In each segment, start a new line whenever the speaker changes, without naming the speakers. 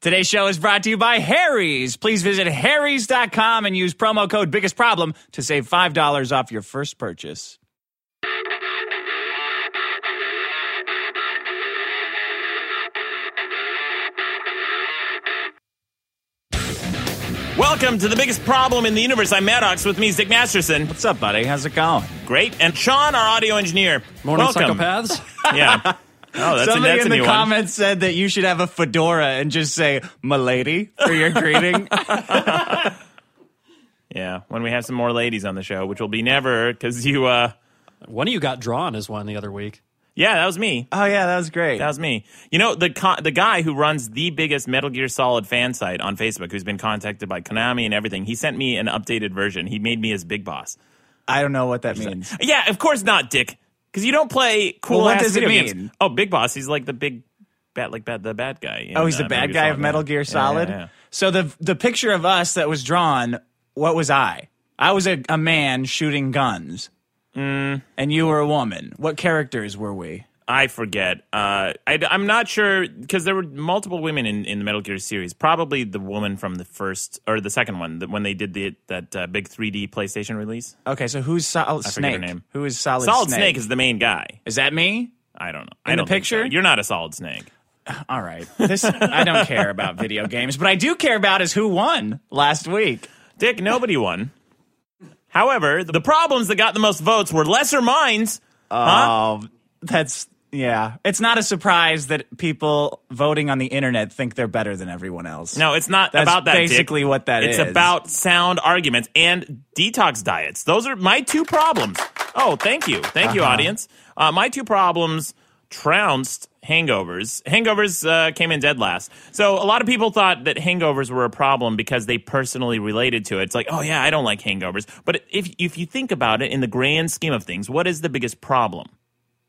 Today's show is brought to you by Harry's. Please visit harry's.com and use promo code biggest problem to save $5 off your first purchase.
Welcome to the biggest problem in the universe. I'm Maddox. With me is Dick Masterson.
What's up, buddy? How's it going?
Great. And Sean, our audio engineer.
Morning,
Welcome.
psychopaths.
Yeah. Oh, that's, a,
Somebody
that's a
in
new
the
one.
comments said that you should have a fedora and just say "milady" for your greeting.
Yeah. When we have some more ladies on the show, which will be never because you, uh,
One of you got drawn as one the other week.
yeah, that was me.
Oh yeah, that was great.
That was me. You know, the co- the guy who runs the biggest Metal Gear Solid fan site on Facebook, who's been contacted by Konami and everything, he sent me an updated version. He made me his big boss.
I don't know what that means.
Yeah, of course not, Dick. Because you don't play cool.
Well, what
ass
does it
video
mean?
games. Oh, big boss. He's like the big bad, like bad, the bad guy. in,
Oh, he's
uh,
the bad
Gear
guy
Solid.
of Metal Gear
Yeah,
Solid.
yeah, yeah.
So the the picture of us that was drawn, what was I? I was a, a man shooting guns, and you were a woman. What characters were we?
I forget. Uh, I, am not sure because there were multiple women in, in the Metal Gear series. Probably the woman from the first or the second one that when they did the that uh, big 3D PlayStation release.
Okay, so who's Solid
forget her
Snake?
name.
Who is Solid,
Solid Snake. is the main guy.
Is that me?
I don't know.
In
I
the
don't think so.
picture?
You're not a Solid Snake.
All right. This I don't care about video games, but I do care about is who won last week.
Dick, nobody won. However, the problems that got the most votes were Lesser Minds.
Oh, that's yeah. It's not a surprise that people voting on the internet think they're better than everyone else.
No, it's not
That's
about that. Dick.
basically what that
it's
is.
about sound arguments and detox diets. Those are my two problems. Oh, thank you, thank
Uh-huh.
you, audience. Uh, my two problems trounced hangovers. Hangovers uh, came in dead last. So a lot of people thought that hangovers were a problem because they personally related to it. It's like, oh yeah, I don't like hangovers. But if if you think about it in the grand scheme of things, what is the biggest problem?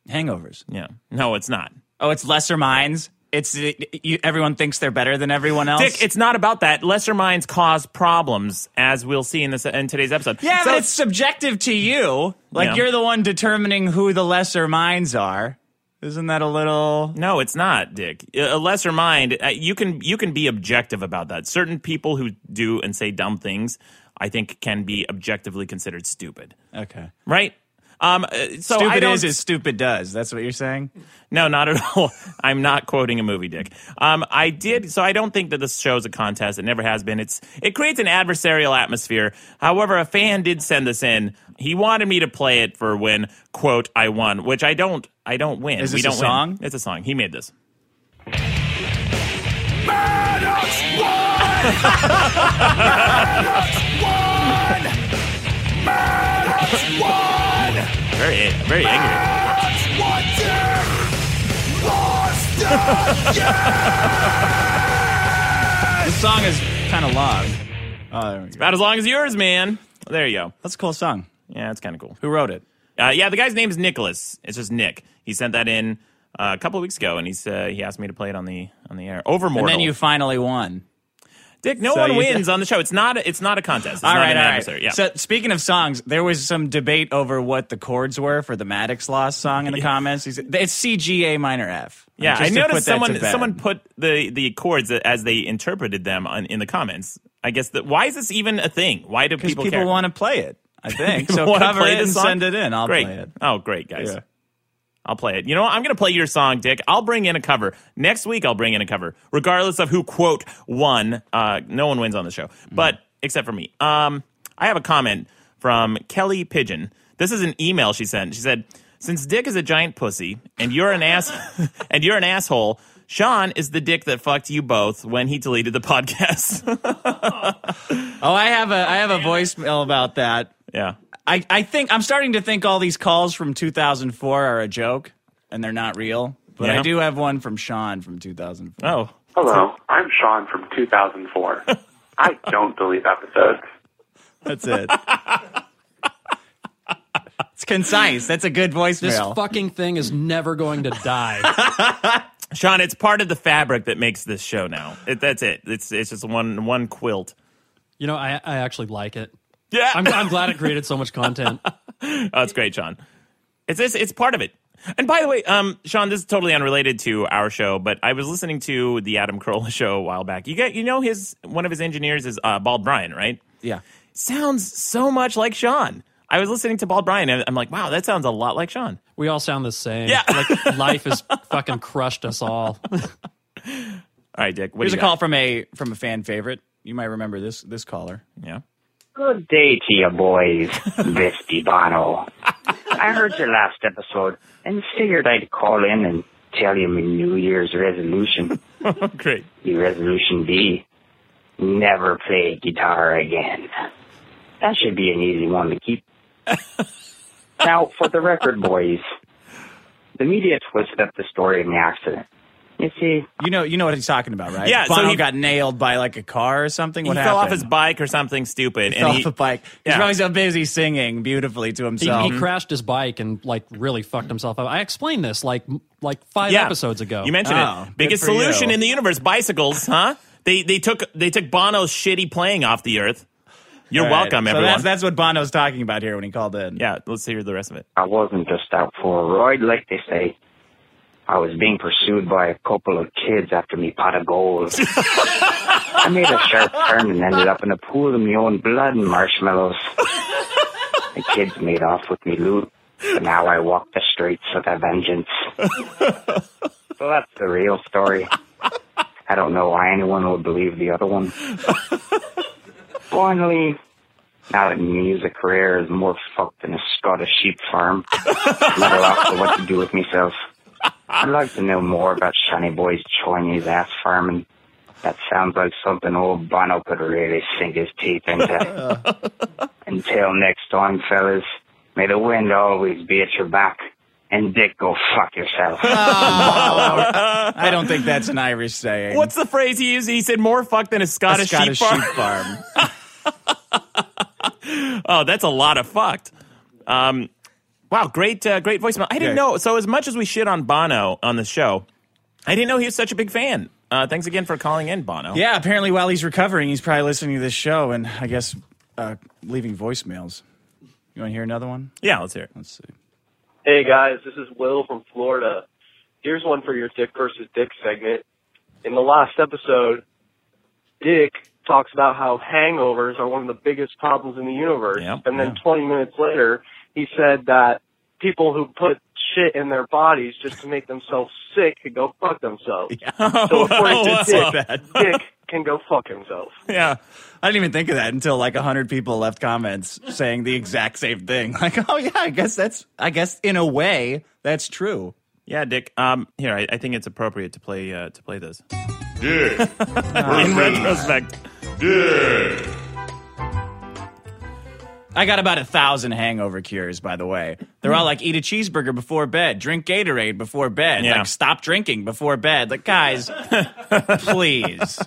hangovers.
Yeah, no, it's not.
Oh, it's lesser minds. It's uh, you, everyone thinks they're better than everyone else.
Dick, it's not about that. Lesser minds cause problems, as we'll see in this in today's episode.
yeah,
So
but it's subjective to you. Like
Yeah.
you're the one determining who the lesser minds are. Isn't that a little?
no, it's not, Dick. A lesser mind. uh, You can you can be objective about that. Certain people who do and say dumb things, I think, can be objectively considered stupid.
Okay.
Right. Um, uh, so I
Stupid
don't,
is as stupid does. That's what you're saying.
No, not at all. I'm not quoting a movie, Dick. Um, I did so. I don't think that this show's a contest. It never has been. It's it creates an adversarial atmosphere. However, a fan did send this in. He wanted me to play it for when quote I won, which I don't. I don't win.
Is
we
this
don't
a
win.
song?
It's a song. He made this. Very very angry.
This song is kind of long. Oh, there we go.
About as long as yours, man. There you go.
That's a cool song.
Yeah, it's kind of cool.
Who wrote it?
Uh, yeah, the guy's name is Nicholas. It's just Nick. He sent that in uh, a couple of weeks ago, and he's uh, he asked me to play it on the on the air. Overmortal.
And then you finally won.
Dick, no
so
one
you-
wins on the show. It's not a, it's not a contest. It's
All
not
right,
an
all right.
adversary. Yeah.
So speaking of songs, there was some debate over what the chords were for the Maddox Lost song in the comments. He said, It's CGA minor F.
yeah,
Just
I
to put
noticed
that to
someone
bed.
someone put the the chords as they interpreted them on, in the comments. I guess that why is this even a thing? Why do
because
people,
people
care?
want to play it. I think
People
so.
wanna
Cover
play
it
this
and
song?
send it in. I'll
great.
play it.
Oh, great guys.
Yeah.
I'll play it. You know what? I'm going to play your song, Dick. I'll bring in a cover. Next week, I'll bring in a cover, regardless of who, quote, won. Uh, no one wins on the show, but except for me. Um, I have a comment from Kelly Pigeon. This is an email she sent. She said, Since Dick is a giant pussy and you're an ass and you're an asshole, Sean is the dick that fucked you both when he deleted the podcast.
Oh, I have a I have a voicemail about that.
yeah.
I I think I'm starting to think all these calls from 2004 are a joke and they're not real. But
Yeah.
I do have one from Sean from 2004.
Oh.
Hello, I'm Sean from 2004. I don't delete episodes.
That's it. it's concise. That's a good
This
voicemail.
fucking thing is never going to die.
Sean, it's part of the fabric that makes this show now. It, that's it. It's it's just one one quilt.
you know, I, I actually like it.
Yeah.
I'm, I'm glad it created so much content.
Oh, it's great, Sean. It's, it's it's part of it. And by the way, um, Sean, this is totally unrelated to our show, but I was listening to the Adam Carolla show a while back. You get, you know, his one of his engineers is uh, Bald Brian, right?
Yeah.
Sounds so much like Sean. I was listening to Bald Brian, and I'm like, wow, that sounds a lot like Sean.
We all sound the same.
Yeah.
Like life has fucking crushed us all.
All right, Dick. What
Here's
do
a
you
call
got?
from a from a fan favorite. You might remember this this caller.
Yeah.
Good day to you boys, this Bono. I heard your last episode and figured I'd call in and tell you my New Year's resolution.
Great.
Your resolution be never play guitar again. That should be an easy one to keep. now, for the record, boys, the media twisted up the story of the accident. You see,
You know, you know what he's talking about, right?
Yeah, so
Bono
he-
got nailed by like a car or something. What
he
happened?
fell off his bike or something stupid,
Fell
and he,
off a bike. He's
Yeah.
probably so busy singing beautifully to
He,
himself.
he crashed his bike and like really fucked himself up. I explained this like like five
yeah.
episodes ago.
You mentioned
Oh,
it.
good
Biggest
for
solution
you.
in the universe: bicycles, huh? They they took they took Bono's shitty playing off the earth. You're
All right.
welcome,
so
everyone.
That's, that's what Bono's talking about here when he called in.
yeah, let's hear the rest of it.
I wasn't just out for a ride, like they say. I was being pursued by a couple of kids after me pot of gold. I made a sharp turn and ended up in a pool of my own blood and marshmallows. The kids made off with me loot, but now I walk the streets with a vengeance. So that's the real story. I don't know why anyone would believe the other one. Finally, now that music career is more fucked than a Scottish sheep farm. I'm not allowed to what to do with myself. I'd like to know more about Shiny Boy's Chinese ass farming. That sounds like something old Bono could really sink his teeth into. Until next time, fellas, may the wind always be at your back. And Dick, go fuck yourself.
I don't think that's an Irish saying.
What's the phrase he used? He said more fuck than a
a
Scottish,
Scottish
sheep farm.
farm?
Oh, that's a lot of fucked. Um, wow, great, uh, great voicemail. I didn't
Yeah.
know. So as much as we shit on Bono on the show, I didn't know he was such a big fan. Uh, thanks again for calling in, Bono.
yeah, apparently while he's recovering, he's probably listening to this show and I guess uh, leaving voicemails. You want to hear another one?
yeah. Let's hear it.
Let's see.
Hey guys, this is Will from Florida. Here's one for your Dick versus Dick segment. In the last episode, Dick talks about how hangovers are one of the biggest problems in the universe.
Yep,
and then
yeah.
20 minutes later, he said that people who put shit in their bodies just to make themselves sick could go fuck themselves.
Oh,
So according to
Wow.
Dick, Dick can go fuck himself.
Yeah.
I didn't even think of that until like 100 people left comments saying the exact same thing. Like, oh yeah, I guess that's, I guess in a way, that's true.
Yeah, Dick. Um, here, I, I think it's appropriate to play uh, to play this
Dick.
in retrospect.
Dick.
I got about a thousand hangover cures, by the way. They're all like, eat a cheeseburger before bed, drink Gatorade before bed,
Yeah.
like, stop drinking before bed. Like, guys, please.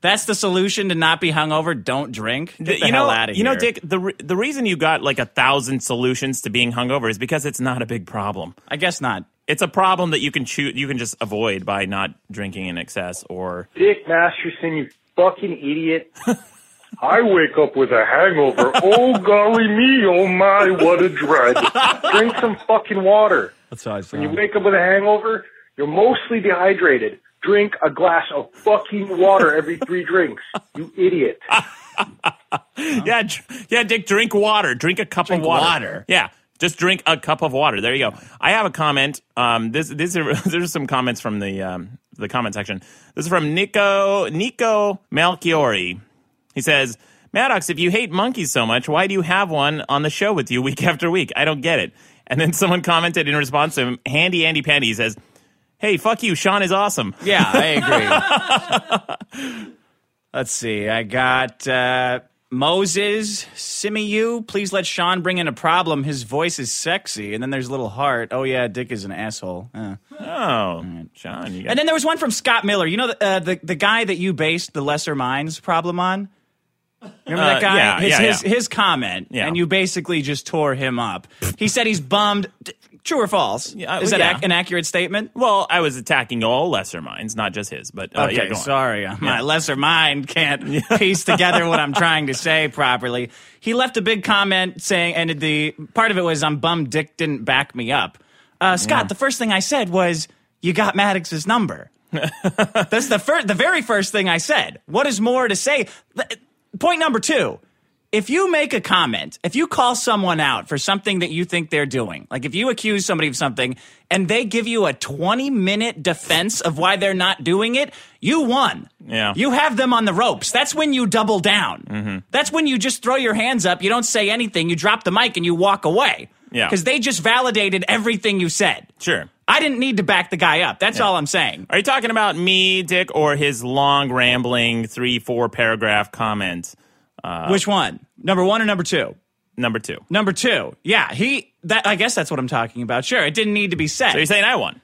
That's the solution to not be hungover. Don't drink. Get the
you
hell
know,
out of
you know,
here.
Dick. The re- the reason you got like a thousand solutions to being hungover is because it's not a big problem.
I guess not.
It's a problem that you can choose, you can just avoid by not drinking in excess or
Dick Masterson, you fucking idiot.
I wake up with a hangover. oh golly me, oh my, what a dread.
Drink some fucking water.
That's how I saw
You wake up with a hangover, you're mostly dehydrated. Drink a glass of fucking water every three drinks. You idiot.
yeah, dr- yeah, Dick. Drink water. Drink a cup
Drink
of water.
water.
Yeah, just drink a cup of water. There you go. I have a comment. Um, this these are there's some comments from the um, the comment section. This is from Nico Nico Malchiori. He says, Maddox, if you hate monkeys so much, why do you have one on the show with you week after week? I don't get it. And then someone commented in response to him, Handy Andy Pandy says, Hey, fuck you, Sean is awesome.
Yeah, I agree. Let's see. I got uh, Moses Simiu. Please let Sean bring in a problem. His voice is sexy. And then there's little heart. Oh yeah, Dick is an asshole. Uh.
Oh, Sean, you got
And then there was one from Scott Miller. You know the uh, the, the guy that you based the Lesser Minds problem on. Remember
Uh,
that guy?
yeah,
his,
yeah,
his,
yeah.
his comment,
Yeah.
and you basically just tore him up. he said he's bummed. D- True or false?
uh,
is that
yeah.
ac- an accurate statement?
Well, I was attacking all lesser minds, not just his, but uh,
okay,
yeah, go on.
sorry. My lesser mind can't piece together what I'm trying to say properly. He left a big comment saying, and the part of it was, I'm bummed Dick didn't back me up. uh, Scott, the first thing I said was, "You got Maddox's number." That's the first, the very first thing I said. What is more to say? Th- Point number two: If you make a comment, if you call someone out for something that you think they're doing, like if you accuse somebody of something and they give you a twenty-minute defense of why they're not doing it, you won.
Yeah. Mm-hmm.
you have them on the ropes. That's when you double down. That's when you just throw your hands up. You don't say anything. You drop the mic and you walk away.
Yeah.
because they just validated everything you said.
Sure.
I didn't need to back the guy up. That's all I'm saying.
Are you talking about me, Dick, or his long, rambling, three, four paragraph comment? Oh.
Which one? Number one or number two?
Number two.
Number two. Yeah, he. That I guess that's what I'm talking about. Sure, it didn't need to be said.
So you're saying I won?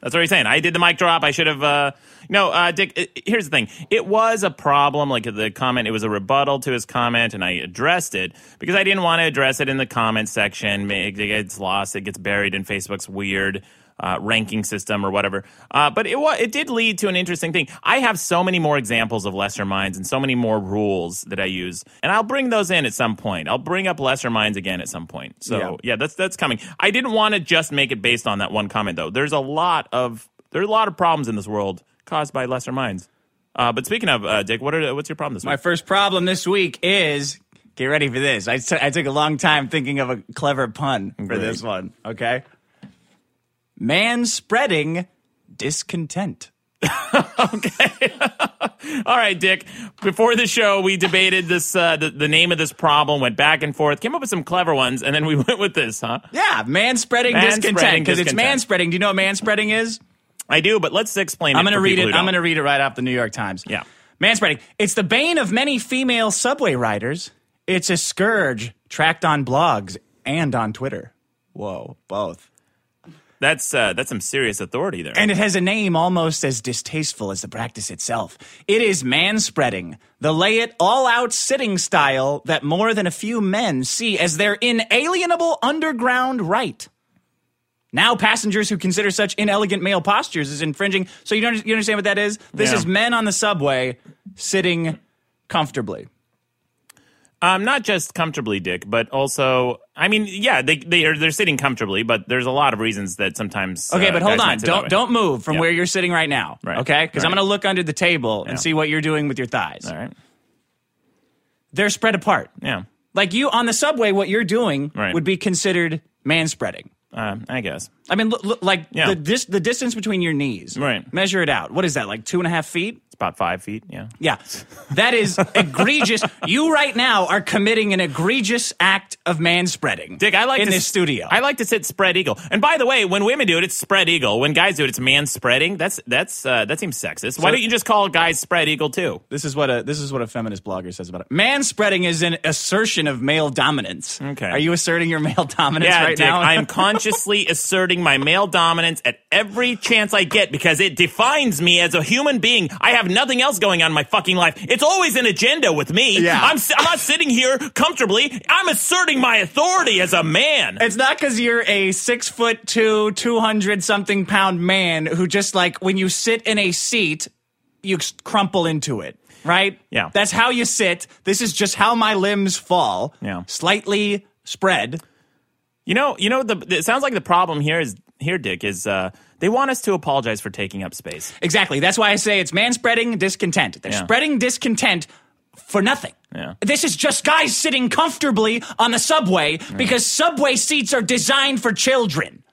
That's what you're saying. I did the mic drop. I should have. Uh, no, uh, Dick. uh, Here's the thing. It was a problem. Like the comment, it was a rebuttal to his comment, and I addressed it because I didn't want to address it in the comment section. It gets lost. It gets buried in Facebook's weird uh, ranking system or whatever. Uh, but it wa- it did lead to an interesting thing. I have so many more examples of lesser minds and so many more rules that I use, and I'll bring those in at some point. I'll bring up lesser minds again at some point. So
Yeah.
yeah, that's that's coming. I didn't want to just make it based on that one comment though. There's a lot of there are a lot of problems in this world caused by lesser minds. Uh, but speaking of uh, Dick, what are what's your problem this
My
week?
first problem this week is get ready for this. I t- I took a long time thinking of a clever pun for
Great.
this one. Okay, man spreading discontent.
All right, Dick. Before the show, we debated this uh, the, the name of this problem, went back and forth, came up with some clever ones, and then we went with this, huh?
Yeah, man spreading
Man
discontent
spreading
because it's
discontent.
man spreading. Do you know what man spreading is?
I do, but let's explain.
I'm
it
going to
for
read
people
it.
who
I'm going
don't.
to read it right off the New York Times.
Yeah.
Manspreading. It's the bane of many female subway riders. It's a scourge tracked on blogs and on Twitter. Whoa, both.
That's uh, that's some serious authority there.
And it has a name almost as distasteful as the practice itself. It is manspreading, the lay it all out sitting style that more than a few men see as their inalienable underground right. Now, passengers who consider such inelegant male postures as infringing. So, you, don't, you understand what that is? This
Yeah.
is men on the subway sitting comfortably.
Um, not just comfortably, Dick, but also, I mean, yeah, they they are they're sitting comfortably, but there's a lot of reasons that sometimes.
Okay,
uh,
but hold
guys
on.
might sit that
Don't
way.
don't move from
Yeah.
where you're sitting right now.
Right.
Okay? Because I'm
Right.
gonna look under the table and see what you're doing with your thighs.
All right.
They're spread apart.
Yeah.
Like you on the subway, what you're doing
Right.
would be considered man spreading.
Um, I guess.
I mean, look, look, like
Yeah.
the dis- the distance between your knees.
Right.
Measure it out. What is that? Like two and a half feet?
It's about five feet. Yeah.
Yeah, that is egregious. you right now are committing an egregious act of man spreading.
Dick, I like
in
to,
this studio.
I like to sit spread eagle. And by the way, when women do it, it's spread eagle. When guys do it, it's man spreading. That's that's uh, that seems sexist.
So-
Why don't you just call guys spread eagle too?
this is what a this is what a feminist blogger says about it. Man spreading is an assertion of male dominance.
Okay.
are you asserting your male dominance
Yeah,
right
Dick,
now?
I am consciously asserting my male dominance at every chance I get because it defines me as a human being. I have nothing else going on in my fucking life. It's always an agenda with me.
Yeah.
I'm, s- I'm not sitting here comfortably. I'm asserting my authority as a man.
It's not because you're a six foot two, 200 something pound man who just like when you sit in a seat, you s- crumple into it, right?
Yeah.
That's how you sit. This is just how my limbs fall.
Yeah.
Slightly spread.
You know, you know. The, it sounds like the problem here is here, Dick, is uh, they want us to apologize for taking up space.
Exactly. That's why I say it's man spreading discontent. They're
Yeah.
spreading discontent for nothing.
Yeah.
This is just guys sitting comfortably on the subway because subway seats are designed for children.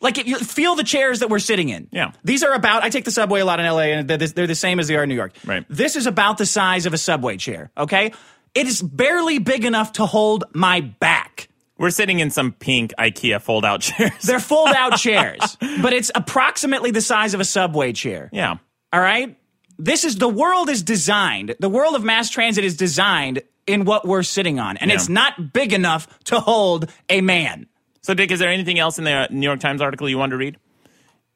Like, if you feel the chairs that we're sitting in.
Yeah.
These are about, I take the subway a lot in LA, and they're, the- they're the same as they are in New York.
Right.
This is about the size of a subway chair, okay? It is barely big enough to hold my back.
We're sitting in some pink IKEA fold-out chairs.
They're fold out chairs, but it's approximately the size of a subway chair.
yeah.
All right? This is the world is designed. The world of mass transit is designed in what we're sitting on, and
Yeah.
it's not big enough to hold a man.
So, Dick, is there anything else in the New York Times article you wanted to read?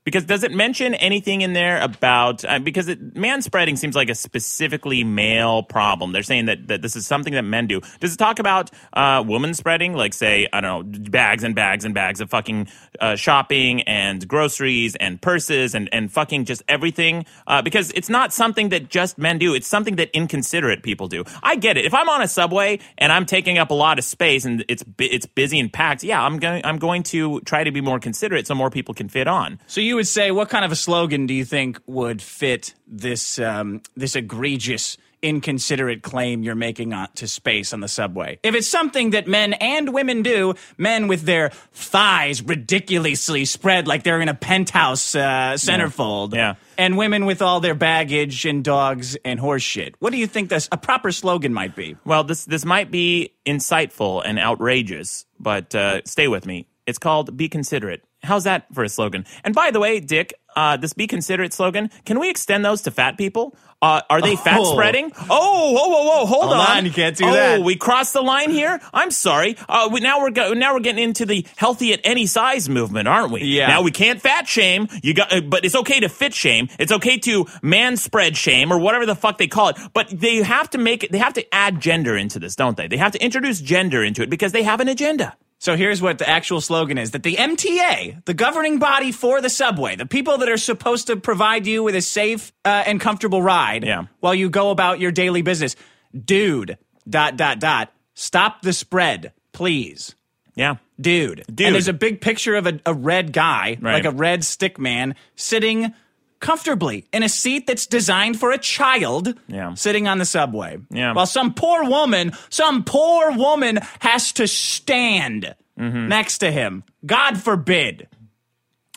Because does it mention anything in there about uh, because it, man spreading seems like a specifically male problem? They're saying that, that this is something that men do. Does it talk about uh, woman spreading, like say I don't know, bags and bags and bags of fucking uh, shopping and groceries and purses and and fucking just everything? Uh, because it's not something that just men do. It's something that inconsiderate people do. I get it. If I'm on a subway and I'm taking up a lot of space and it's bu- it's busy and packed, yeah, I'm going I'm going to try to be more considerate so more people can fit on.
So you would say, what kind of a slogan do you think would fit this um, this egregious, inconsiderate claim you're making on, to space on the subway? If it's something that men and women do, men with their thighs ridiculously spread like they're in a penthouse uh, centerfold,
Yeah.
and women with all their baggage and dogs and horse shit. What do you think this a proper slogan might be?
Well, this this might be insightful and outrageous, but uh, stay with me. It's called "Be Considerate." How's that for a slogan? And by the way, Dick, uh, this "Be Considerate" slogan can we extend those to fat people? Uh, are they fat
Oh.
spreading? Oh, whoa, whoa, whoa! Hold,
Hold on, you can't do
oh,
that.
we crossed the line here. I'm sorry. Uh, we, now we're go- now we're getting into the healthy at any size movement, aren't we?
Yeah.
Now we can't fat shame. You got, uh, but it's okay to fit shame. It's okay to man spread shame or whatever the fuck they call it. But they have to make it. They have to add gender into this, don't they? They have to introduce gender into it because they have an agenda.
So here's what the actual slogan is that the MTA, the governing body for the subway, the people that are supposed to provide you with a safe uh, and comfortable ride
Yeah.
while you go about your daily business, dude, dot, dot, dot, stop the spread, please.
Yeah.
Dude.
Dude.
And there's a big picture of a, a red guy,
Right.
like a red stick man, sitting comfortably in a seat that's designed for a child
Yeah.
sitting on the subway.
Yeah.
While some poor woman, some poor woman has to stand next to him. God forbid.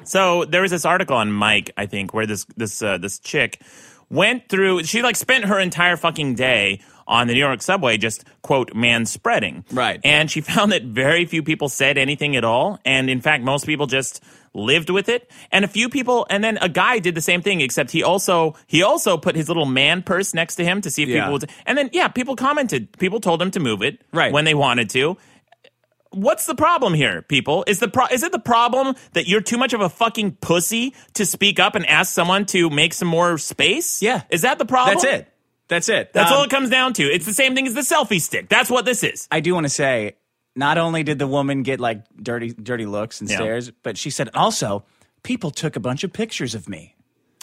So there was this article on Mike, I think, where this this uh, this chick went through. She like spent her entire fucking day on the New York subway, just quote man spreading.
Right.
And she found that very few people said anything at all, and in fact, most people just lived with it. And a few people, and then a guy did the same thing, except he also he also put his little man purse next to him to see if
Yeah.
people would. And then yeah, people commented. People told him to move it
Right.
when they wanted to what's the problem here, people? Is the pro- is it the problem that you're too much of a fucking pussy to speak up and ask someone to make some more space?
Yeah.
is that the problem?
That's it. That's it.
That's
Um,
all it comes down to. It's the same thing as the selfie stick. That's what this is.
I do want to say, not only did the woman get like dirty, dirty looks and
Yeah.
stares, but she said also, people took a bunch of pictures of me.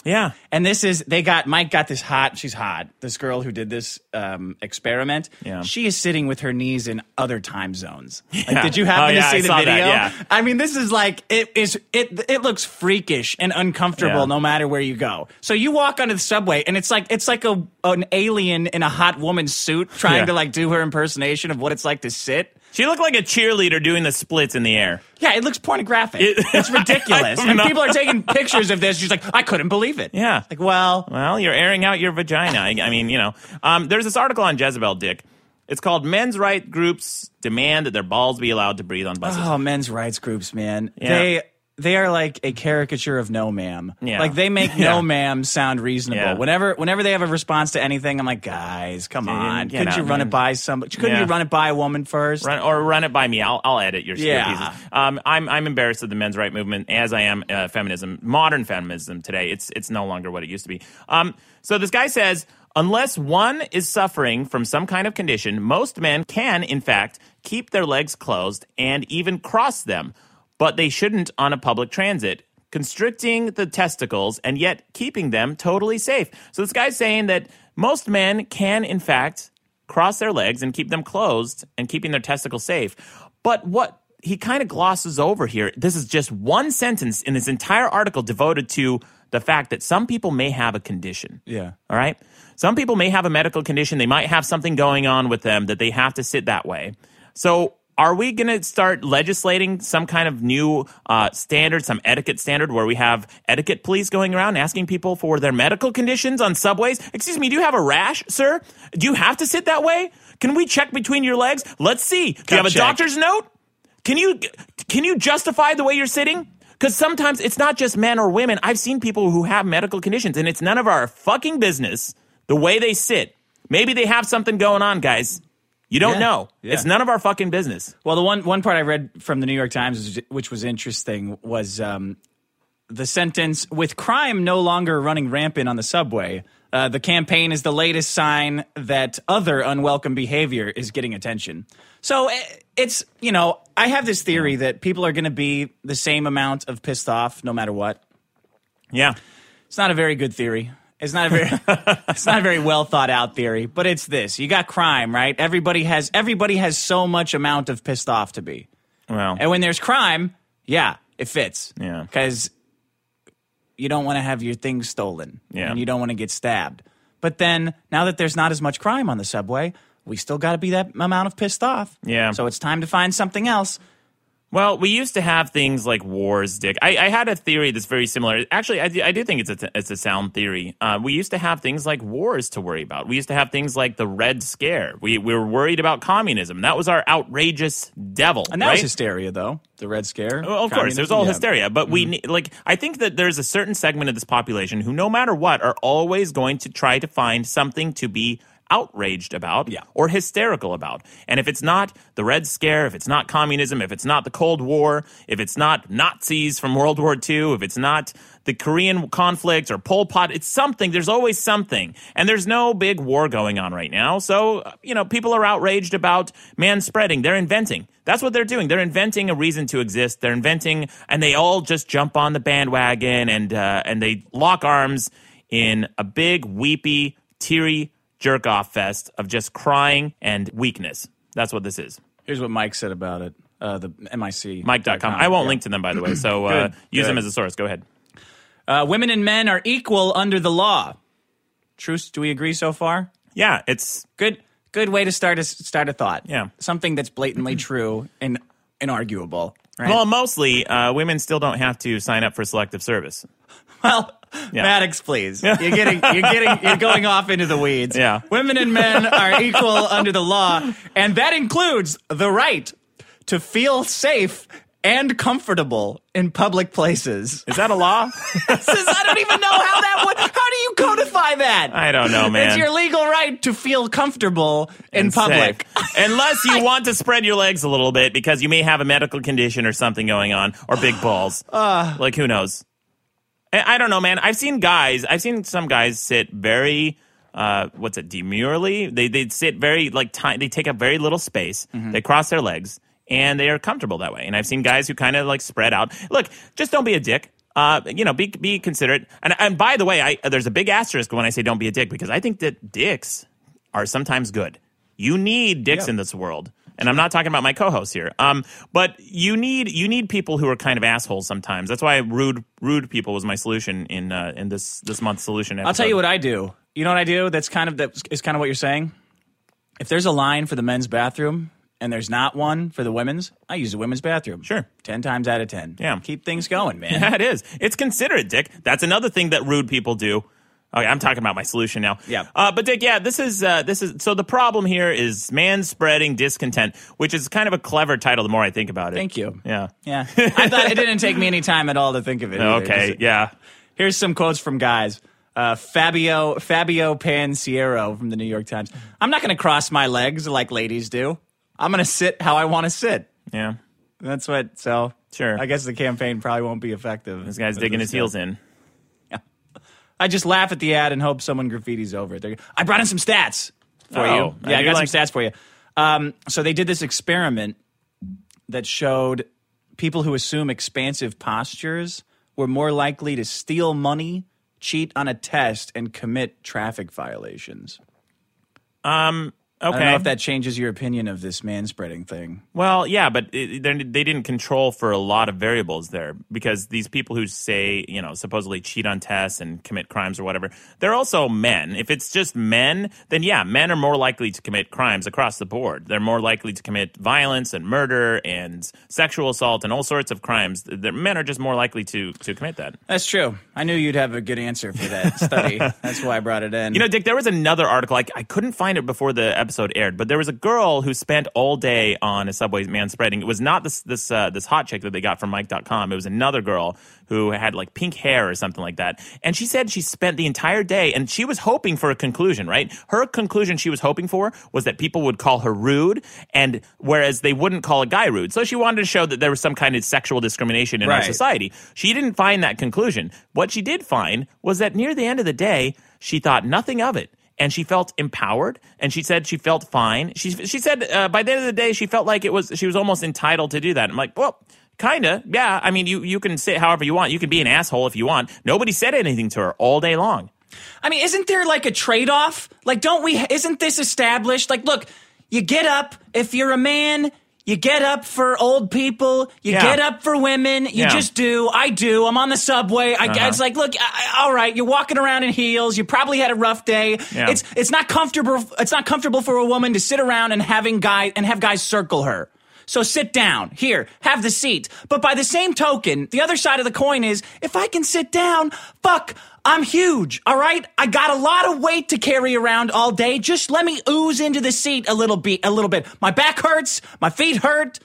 Yeah,
And this is they got Mike got this hot. She's hot. This girl who did this um, experiment.
Yeah.
She is sitting with her knees in other time zones. Like,
Yeah.
did you
Oh,
happen
yeah,
to see
I
the
saw that,
video?
yeah.
I mean, this is like it is it it looks freakish and uncomfortable
Yeah.
no matter where you go. So you walk onto the subway and it's like it's like a an alien in a hot woman's suit trying
Yeah.
to like do her impersonation of what it's like to sit.
she looked like a cheerleader doing the splits in the air.
Yeah, it looks pornographic. it's ridiculous.
I don't
and
know.
people are taking pictures of this. She's like, I couldn't believe it.
Yeah.
Like, well,
Well, you're airing out your vagina. I, I mean, you know. Um, there's this article on Jezebel Dick. It's called "Men's Right Groups Demand That Their Balls Be Allowed to Breathe on Buses."
Oh, men's rights groups, man.
Yeah.
They they are like a caricature of no ma'am.
Yeah.
Like they make
Yeah.
no ma'am sound reasonable.
Yeah.
Whenever whenever they have a response to anything, I'm like, guys, come on.
get
Couldn't
out,
you run
man.
it by somebody? Couldn't you
Yeah.
run it by a woman first?
Run, or run it by me. I'll, I'll edit your, your
Yeah.
pieces. Um, I'm, I'm embarrassed of the men's right movement as I am uh, feminism, modern feminism today. It's, it's no longer what it used to be. Um, so this guy says, unless one is suffering from some kind of condition, most men can, in fact, keep their legs closed and even cross them, but they shouldn't on a public transit. Constricting the testicles and yet keeping them totally safe. So this guy's saying that most men can, in fact, cross their legs and keep them closed and keeping their testicles safe. But what he kind of glosses over here, this is just one sentence in this entire article devoted to the fact that some people may have a condition.
Yeah.
All right. Some people may have a medical condition. They might have something going on with them that they have to sit that way. So, are we going to start legislating some kind of new uh, standard, some etiquette standard where we have etiquette police going around asking people for their medical conditions on subways? Excuse me, do you have a rash, sir? Do you have to sit that way? Can we check between your legs? Let's see. Do you have a
check.
doctor's note? Can you can you justify the way you're sitting? Because sometimes it's not just men or women. I've seen people who have medical conditions, and it's none of our fucking business the way they sit. Maybe they have something going on, guys. You don't
Yeah.
know.
Yeah.
It's none of our fucking business.
Well, the one one part I read from the New York Times, which was interesting, was um, the sentence with crime no longer running rampant on the subway. Uh, the campaign is the latest sign that other unwelcome behavior is getting attention. So eh, it's, you know, I have this theory that people are going to be the same amount of pissed off no matter what.
Yeah.
It's not a very good theory. It's not a very it's not a very well thought out theory, but it's this. You got crime, right? Everybody has everybody has so much amount of pissed off to be.
Well,
And when there's crime, yeah, it fits.
Yeah.
Cuz you don't want to have your things stolen.
Yeah.
And you don't want to get stabbed. But then now that there's not as much crime on the subway, we still got to be that amount of pissed off.
Yeah.
So it's time to find something else.
well, we used to have things like wars, Dick. I, I had a theory that's very similar. Actually, I do, I do think it's a, t- it's a sound theory. Uh, we used to have things like wars to worry about. We used to have things like the Red Scare. We, we were worried about communism. That was our outrageous devil.
And that was
right?
hysteria though. The red scare.
Well, of course, there's
communism,
all
yeah.
hysteria, but we need, like. I think that there's a certain segment of this population who, no matter what, are always going to try to find something to be outraged about
Yeah.
or hysterical about. And if it's not the Red Scare, if it's not communism, if it's not the Cold War, if it's not Nazis from World War II, if it's not the Korean conflict or Pol Pot, it's something. There's always something. And there's no big war going on right now. So, uh, you know, people are outraged about man spreading. They're inventing. That's what they're doing. They're inventing a reason to exist. They're inventing, and they all just jump on the bandwagon and, uh, and they lock arms in a big, weepy, teary jerk off fest of just crying and weakness. That's what this is.
Here's what Mike said about it. Uh, the MIC.
Mike.com. I won't
Yeah.
link to them, by the way. So uh,
Good.
use them
Good.
as a source. Go ahead.
Uh, women and men are equal under the law. Truce? Do we agree so far?
Yeah, it's
Good. Good way to start a start a thought.
Yeah.
Something that's blatantly true and inarguable. Right.
well, mostly uh, women still don't have to sign up for selective service.
Well,
Yeah.
Maddox, please. You're getting, you're getting, you're going off into the weeds.
Yeah.
Women and men are equal under the law, and that includes the right to feel safe and comfortable in public places.
Is that a law?
Says, I don't even know how that would. How do you codify that?
I don't know, man.
It's your legal right to feel comfortable in
And
public.
safe. Unless you want to spread your legs a little bit because you may have a medical condition or something going on or big balls.
Uh.
like, who knows? I, I don't know, man. I've seen guys, I've seen some guys sit very, uh, what's it, demurely. They they sit very like time. They take up very little space.
Mm-hmm.
They cross their legs and they are comfortable that way. And I've seen guys who kind of like spread out. Look, just don't be a dick. Uh, you know, be be considerate. And and by the way, I there's a big asterisk when I say don't be a dick because I think that dicks are sometimes good. You need dicks in this world. And I'm not talking about my co-hosts here. Um, but you need you need people who are kind of assholes sometimes. That's why rude rude people was my solution in uh, in this this month's solution.
I'll tell you what I do. You know what I do? That's kind of that is kind of what you're saying. If there's a line for the men's bathroom and there's not one for the women's, I use the women's bathroom.
Sure.
ten times out of ten.
Yeah.
keep things going, man.
Yeah, it is. It's considerate, Dick. That's another thing that rude people do. Okay, I'm talking about my solution now.
Yeah.
Uh, but Dick, yeah, this is uh, this is so the problem here is man spreading discontent, which is kind of a clever title. The more I think about it,
Thank you.
Yeah.
Yeah, I thought it didn't take me any time at all to think of it. either.
Okay.
Just-
yeah.
Here's some quotes from guys. Uh, Fabio Fabio Panciero from the New York Times. I'm not going to cross my legs like ladies do. I'm going to sit how I want to sit.
Yeah.
That's what. So
Sure.
I guess the campaign probably won't be effective.
This guy's digging his heels in.
I just laugh at the ad and hope someone graffitis over it. They're- I brought in some stats for
Oh,
you. Yeah, I
you're
got
like-
some stats for you. Um, so they did this experiment that showed people who assume expansive postures were more likely to steal money, cheat on a test, and commit traffic violations.
Um, Okay.
I don't know if that changes your opinion of this man spreading thing.
Well, yeah, but it, they're- they didn't control for a lot of variables there because these people who say, you know, supposedly cheat on tests and commit crimes or whatever, they're also men. If it's just men, then yeah, men are more likely to commit crimes across the board. They're more likely to commit violence and murder and sexual assault and all sorts of crimes. The, men are just more likely to, to commit that.
That's true. I knew you'd have a good answer for that study. That's why I brought it in.
You know, Dick, there was another article. I, I couldn't find it before the episode aired, but there was a girl who spent all day on a subway man spreading. It was not this this uh, this hot chick that they got from Mike.com. It was another girl who had like pink hair or something like that. And she said she spent the entire day and she was hoping for a conclusion, right? Her conclusion she was hoping for was that people would call her rude and whereas they wouldn't call a guy rude. So she wanted to show that there was some kind of sexual discrimination in our
Right.
society society. She didn't find that conclusion. What she did find was that near the end of the day, she thought nothing of it. And she felt empowered, and she said she felt fine. She she said uh, by the end of the day, she felt like it was she was almost entitled to do that. I'm like, well, kinda, yeah. I mean, you you can sit however you want. You can be an asshole if you want. Nobody said anything to her all day long.
I mean, isn't there like a trade off? Like, don't we, isn't this established? Like, look, you get up, if you're a man, you get up for old people, you
Yeah.
get up for women, you
Yeah.
just do. I do. I'm on the subway. I, It's like, look, I, I- all right, you're walking around in heels, you probably had a rough day.
Yeah.
It's, it's not comfortable, it's not comfortable for a woman to sit around and having guy and have guys circle her. So sit down. Here, have the seat. But by the same token, the other side of the coin is if I can sit down, fuck, I'm huge. All right? I got a lot of weight to carry around all day. Just let me ooze into the seat a little bit, a little bit. My back hurts, my feet hurt.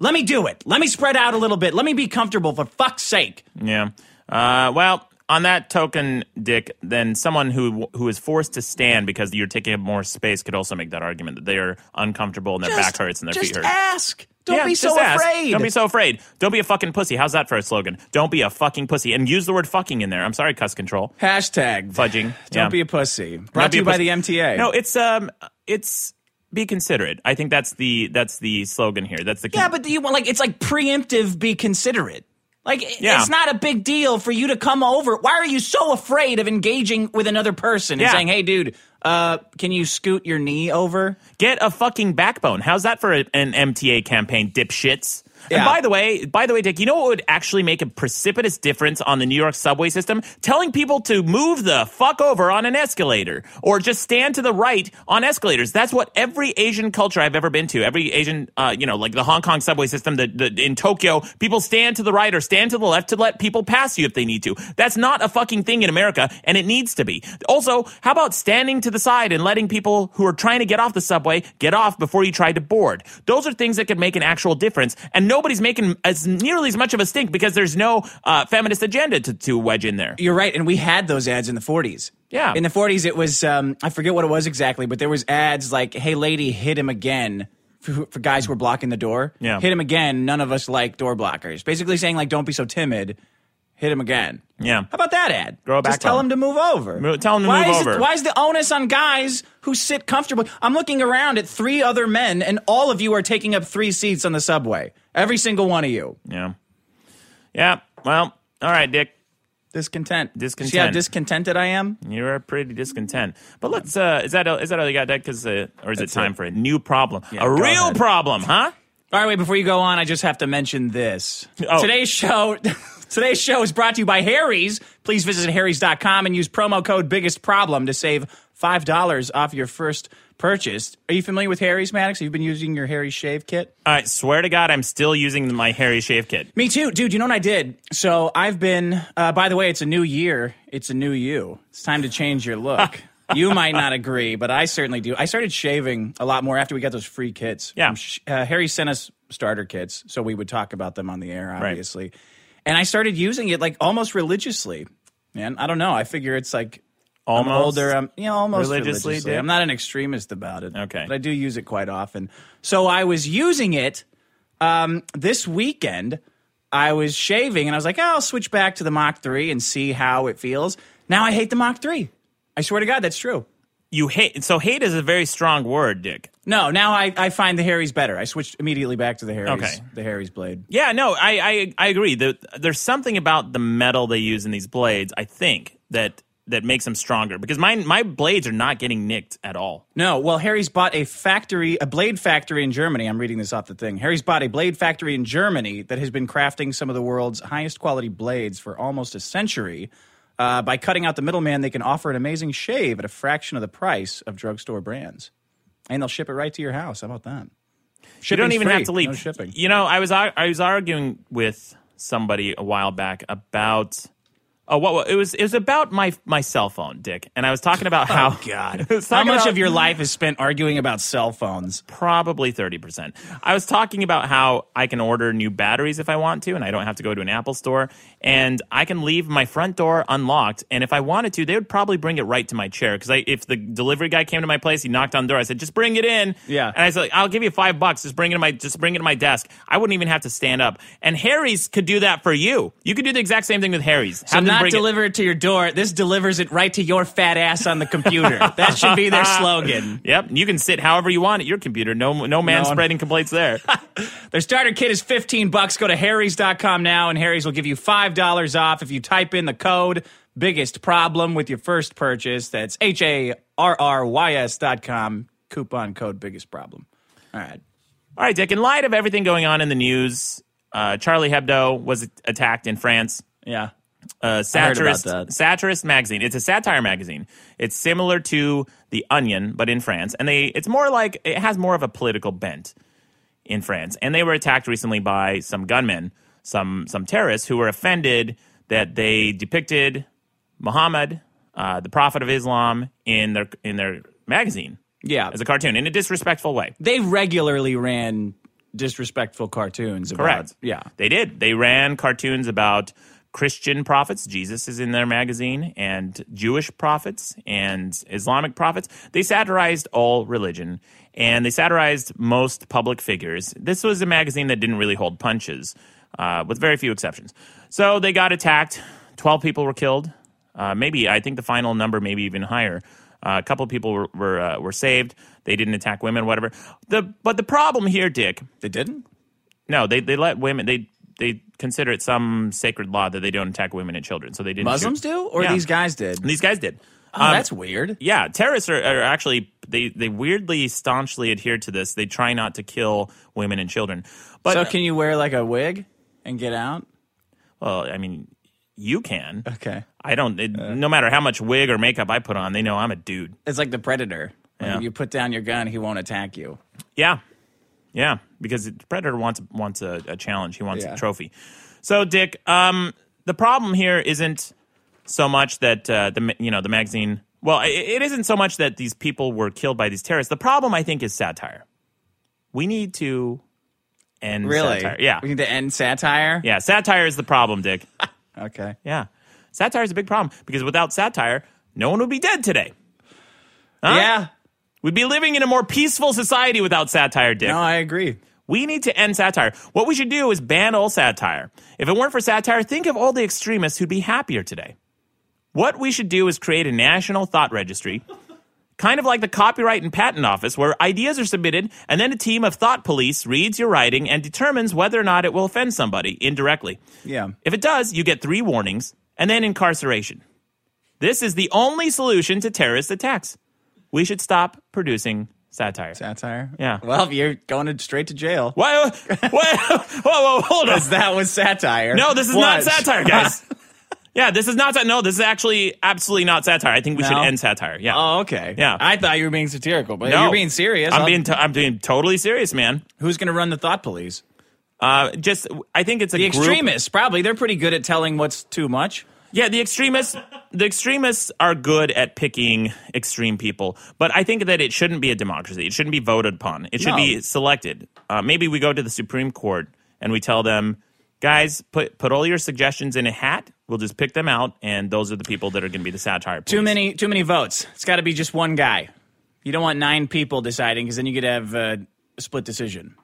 Let me do it. Let me spread out a little bit. Let me be comfortable for fuck's sake.
Yeah. Uh, well, on that token, Dick, then someone who who is forced to stand because you're taking up more space could also make that argument that they are uncomfortable and their back hurts and their
just
feet hurt.
ask. Don't
Yeah,
be
just
so
ask.
afraid.
Don't be so afraid. Don't be a fucking pussy. How's that for a slogan? Don't be a fucking pussy. And use the word fucking in there. I'm sorry, cuss control.
Hashtag
Fudging.
Don't
Yeah.
be a pussy. Brought
Not
to
be
you
a
by
pussy.
the MTA.
No, it's um it's be considerate. I think that's the that's the slogan here. That's the
Yeah, but you want like it's like preemptive. Be considerate. Like i-
Yeah.
it's not a big deal for you to come over. Why are you so afraid of engaging with another person
Yeah.
and saying, "Hey, dude, uh, can you scoot your knee over?"
Get a fucking backbone. How's that for a- an MTA campaign, dipshits? And
Yeah.
by the way, by the way, Dick, you know what would actually make a precipitous difference on the New York subway system? Telling people to move the fuck over on an escalator or just stand to the right on escalators. That's what every Asian culture I've ever been to, every Asian, uh, you know, like the Hong Kong subway system the, the, in Tokyo, people stand to the right or stand to the left to let people pass you if they need to. That's not a fucking thing in America, and it needs to be. Also, how about standing to the side and letting people who are trying to get off the subway get off before you try to board? Those are things that could make an actual difference, and nobody's making as nearly as much of a stink because there's no uh, feminist agenda to, to wedge in there.
You're right, and we had those ads in the 40s.
Yeah.
in the 40s, it was um, I forget what it was exactly, but there was ads like, "Hey, lady, hit him again." For, for guys who were blocking the door,
Yeah.
hit him again. None of us like door blockers. Basically saying like, don't be so timid. Hit him again.
Yeah.
How about that ad?
Grow a
Just tell
backbone.
him to move over.
Mo- tell him to
why
move
is
over.
It, why is the onus on guys who sit comfortably? I'm looking around at three other men, and all of you are taking up three seats on the subway. Every single one of you.
Yeah. Yeah. Well, all right, Dick.
Discontent. See how
Discontent.
discontented I am?
You're pretty discontent. But let's uh is that is that all you got, Dick? 'Cause, uh, or is it time for a new problem? a
go
real
ahead.
problem, huh?
All right, wait, before you go on, I just have to mention this.
Oh.
Today's show today's show is brought to you by Harry's. Please visit harrys.com and use promo code biggest problem to save $5 off your first purchase. Are you familiar with Harry's, Maddox? Have you been using your Harry's shave kit?
I swear to God, I'm still using my Harry shave kit.
Me too, dude. You know what I did? So I've been. Uh, by the way, it's a new year. It's a new you. It's time to change your look. you might not agree, but I certainly do. I started shaving a lot more after we got those free kits.
Yeah.
Um, sh- uh, Harry sent us starter kits, so we would talk about them on the air, obviously. And I started using it like almost religiously. Man, I don't know. I figure it's like. I'm
Almost?
older. I'm you know, almost
Religiously,
religiously.
Dave?
I'm not an extremist about it.
Okay.
but I do use it quite often. So I was using it um, this weekend I was shaving and I was like, oh, I'll switch back to the Mach 3 and see how it feels. Now I hate the Mach 3. I swear to God, that's true.
You hate so hate is a very strong word, Dick.
No, now I, I find the Harry's better. I switched immediately back to the Harry's,
Okay.
the Harry's blade.
Yeah, no, I I, I agree. There, there's something about the metal they use in these blades. I think that that makes them stronger because my my blades are not getting nicked at all.
No, well, Harry's bought a factory, a blade factory in Germany. I'm reading this off the thing. Harry's bought a blade factory in Germany that has been crafting some of the world's highest quality blades for almost a century. Uh, by cutting out the middleman, they can offer an amazing shave at a fraction of the price of drugstore brands, and they'll ship it right to your house. How about that?
you don't
Shipping's
even
free.
have to leave.
No shipping.
You know, I was ar- I was arguing with somebody a while back about Uh, what, what- it was it was about my my cell phone, Dick, and I was talking about how
Oh, God.
I was
How
talking
much
about-
of your life is spent arguing about cell phones?
probably 30%. I was talking about how I can order new batteries if I want to, and I don't have to go to an Apple store. And I can leave my front door unlocked. And if I wanted to, they would probably bring it right to my chair. Because if the delivery guy came to my place, he knocked on the door. I said, just bring it in.
Yeah.
And I said, I'll give you five bucks. Just bring it to my, just bring it to my desk. I wouldn't even have to stand up. And Harry's could do that for you. You could do the exact same thing with Harry's.
So
Have them
not
bring it-
deliver it to your door. This delivers it right to your fat ass on the computer. that should be their slogan.
Yep, you can sit however you want at your computer. No, no man spreading complaints there.
Their starter kit is 15 bucks. Go to harrys.com now and Harry's will give you $5 off if you type in the code biggest problem with your first purchase. That's H A R R Y S dot com. Coupon code biggest problem. All right.
All right, Dick. In light of everything going on in the news, uh, Charlie Hebdo was attacked in France.
Yeah.
Uh,
heard about
satirist,
that.
satirist magazine. It's a satire magazine. It's similar to the Onion, but in France, and they it's more like it has more of a political bent in France. And they were attacked recently by some gunmen, some some terrorists who were offended that they depicted Muhammad, uh, the Prophet of Islam, in their in their magazine
Yeah.
as a cartoon in a disrespectful way.
They regularly ran disrespectful cartoons. About,
Correct.
Yeah.
They did. They ran cartoons about Christian prophets. Jesus is in their magazine, and Jewish prophets and Islamic prophets. They satirized all religion and they satirized most public figures. This was a magazine that didn't really hold punches, uh, with very few exceptions. So they got attacked. 12 people were killed. Uh, maybe, I think the final number, maybe even higher. Uh, a couple people were were, uh, were saved. They didn't attack women, whatever. The but the problem here, Dick,
They didn't?
no, they they let women they they consider it some sacred law that they don't attack women and children. So they didn't.
Muslims
shoot-
do? Or
Yeah.
these guys did?
These guys did.
Oh,
Um,
that's weird.
yeah, terrorists are, are actually they they weirdly staunchly adhere to this. They try not to kill women and children. But
So can you wear like a wig and get out?
well, I mean, you can.
Okay. Uh.
I don't. It, no matter how much wig or makeup I put on, they know I'm a dude.
It's like the predator. Like,
Yeah.
If you put down your gun, he won't attack you.
Yeah, yeah, because the predator wants wants a, a challenge. He wants
Yeah.
a trophy. So, Dick, um, the problem here isn't so much that uh, the ma- you know the magazine. Well, it, it isn't so much that these people were killed by these terrorists. The problem, I think, is satire. We need to end
Really?
satire. Yeah,
We need to end satire?
yeah, satire is the problem, Dick.
Okay.
Yeah, satire is a big problem because without satire, no one would be dead today. Huh?
Yeah.
We'd be living in a more peaceful society without satire, Dick.
No, I agree.
We need to end satire. What we should do is ban all satire. If it weren't for satire, think of all the extremists who'd be happier today. What we should do is create a national thought registry, kind of like the Copyright and Patent Office, where ideas are submitted and then a team of thought police reads your writing and determines whether or not it will offend somebody indirectly.
Yeah.
If it does, you get three warnings and then incarceration. This is the only solution to terrorist attacks. We should stop producing satire.
Satire?
Yeah.
Well, you're going to- straight to jail.
Why? What? Whoa, whoa, hold on.
That was satire.
No, this is
Watch.
not satire, guys. yeah, this is not. sa- No, this is actually absolutely not satire. I think we should
No?
end satire. Yeah.
oh, okay.
Yeah.
I thought you were being satirical, but
No.
you're being serious.
I'm
I'll-
being. T- I'm being totally serious, man.
Who's going to run the thought police?
Uh, just, I think it's a
The
group-
extremists, probably. They're pretty good at telling what's too much.
Yeah, the extremists. The extremists are good at picking extreme people, but I think that it shouldn't be a democracy. It shouldn't be voted upon. It should
No.
be selected. Uh, maybe we go to the Supreme Court and we tell them, guys, put put all your suggestions in a hat. We'll just pick them out, and those are the people that are going to be the satire.
Too
police.
many, too many votes. It's got to be just one guy. You don't want nine people deciding because then you could have uh, a split decision.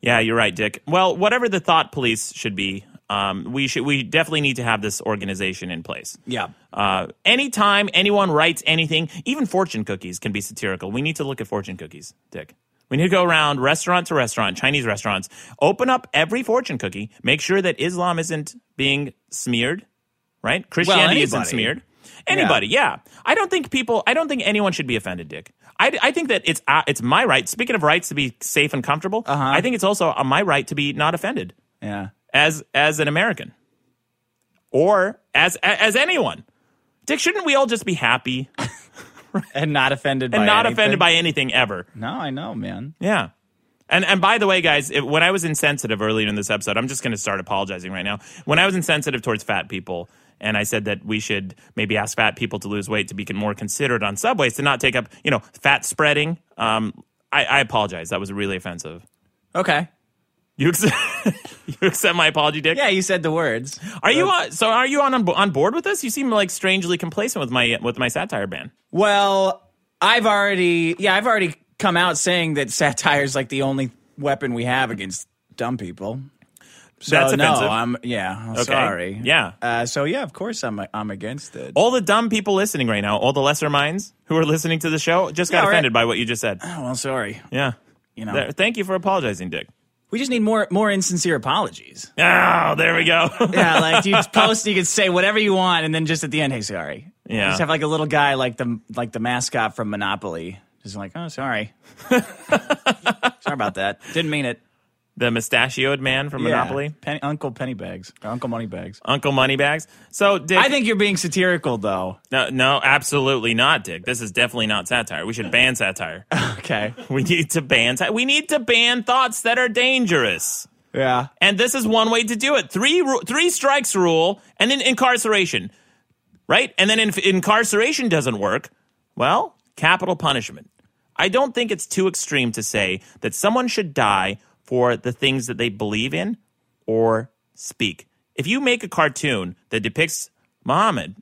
Yeah, you're right, Dick. Well, whatever the thought police should be, um, we should we definitely need to have this organization in place.
Yeah.
Uh, anytime anyone writes anything, even fortune cookies can be satirical. We need to look at fortune cookies, Dick. We need to go around restaurant to restaurant, Chinese restaurants, open up every fortune cookie, make sure that Islam isn't being smeared, right? Christianity isn't
anybody.
smeared. Anybody, yeah. I don't think people. I don't think anyone should be offended, Dick. I, I think that it's uh, it's my right. Speaking of rights to be safe and comfortable, I think it's also uh, my right to be not offended
Yeah.
as as an American or as a- as anyone. Dick, shouldn't we all just be happy
And not offended
and
by
not
anything.
offended by anything ever?
No, I know, man.
Yeah. And and by the way, guys, if, when I was insensitive earlier in this episode, I'm just going to start apologizing right now. When I was insensitive towards fat people and I said that we should maybe ask fat people to lose weight to be con- more considered on subways to not take up, you know, fat spreading. Um, I, I apologize. That was really offensive.
Okay.
You accept, you accept my apology, Dick?
Yeah, you said the words.
Are you on, so? Are you on on board with this? You seem like strangely complacent with my with my satire ban.
Well, I've already yeah, I've already come out saying that satire's like the only weapon we have against dumb people. So
That's
no,
offensive.
I'm yeah, I'm
Okay.
sorry.
Yeah. Oh,
Uh, so yeah, of course I'm I'm against it.
All the dumb people listening right now, all the lesser minds who are listening to the show, just got
Yeah, all right.
offended by what you just said.
Oh, well, sorry.
Yeah.
You know.
There- thank you for apologizing, Dick.
We just need more more insincere apologies.
Oh, there we go.
Yeah, like you just post, you can say whatever you want, and then just at the end, hey, sorry.
Yeah.
Just have like a little guy, like the like the mascot from Monopoly, just like, oh, sorry, sorry about that, didn't mean it.
the mustachioed man from Monopoly,
Yeah. Penny, Uncle Pennybags, or Uncle Moneybags.
Uncle Moneybags. So, Dick,
I think you're being satirical, though.
no, no, absolutely not, Dick. This is definitely not satire. We should ban satire.
Okay,
we need to ban. Sa- we need to ban thoughts that are dangerous.
yeah,
and this is one way to do it. Three ru- three strikes rule, and then incarceration, right? And then if incarceration doesn't work, well, capital punishment. I don't think it's too extreme to say that someone should die for the things that they believe in or speak. If you make a cartoon that depicts Muhammad,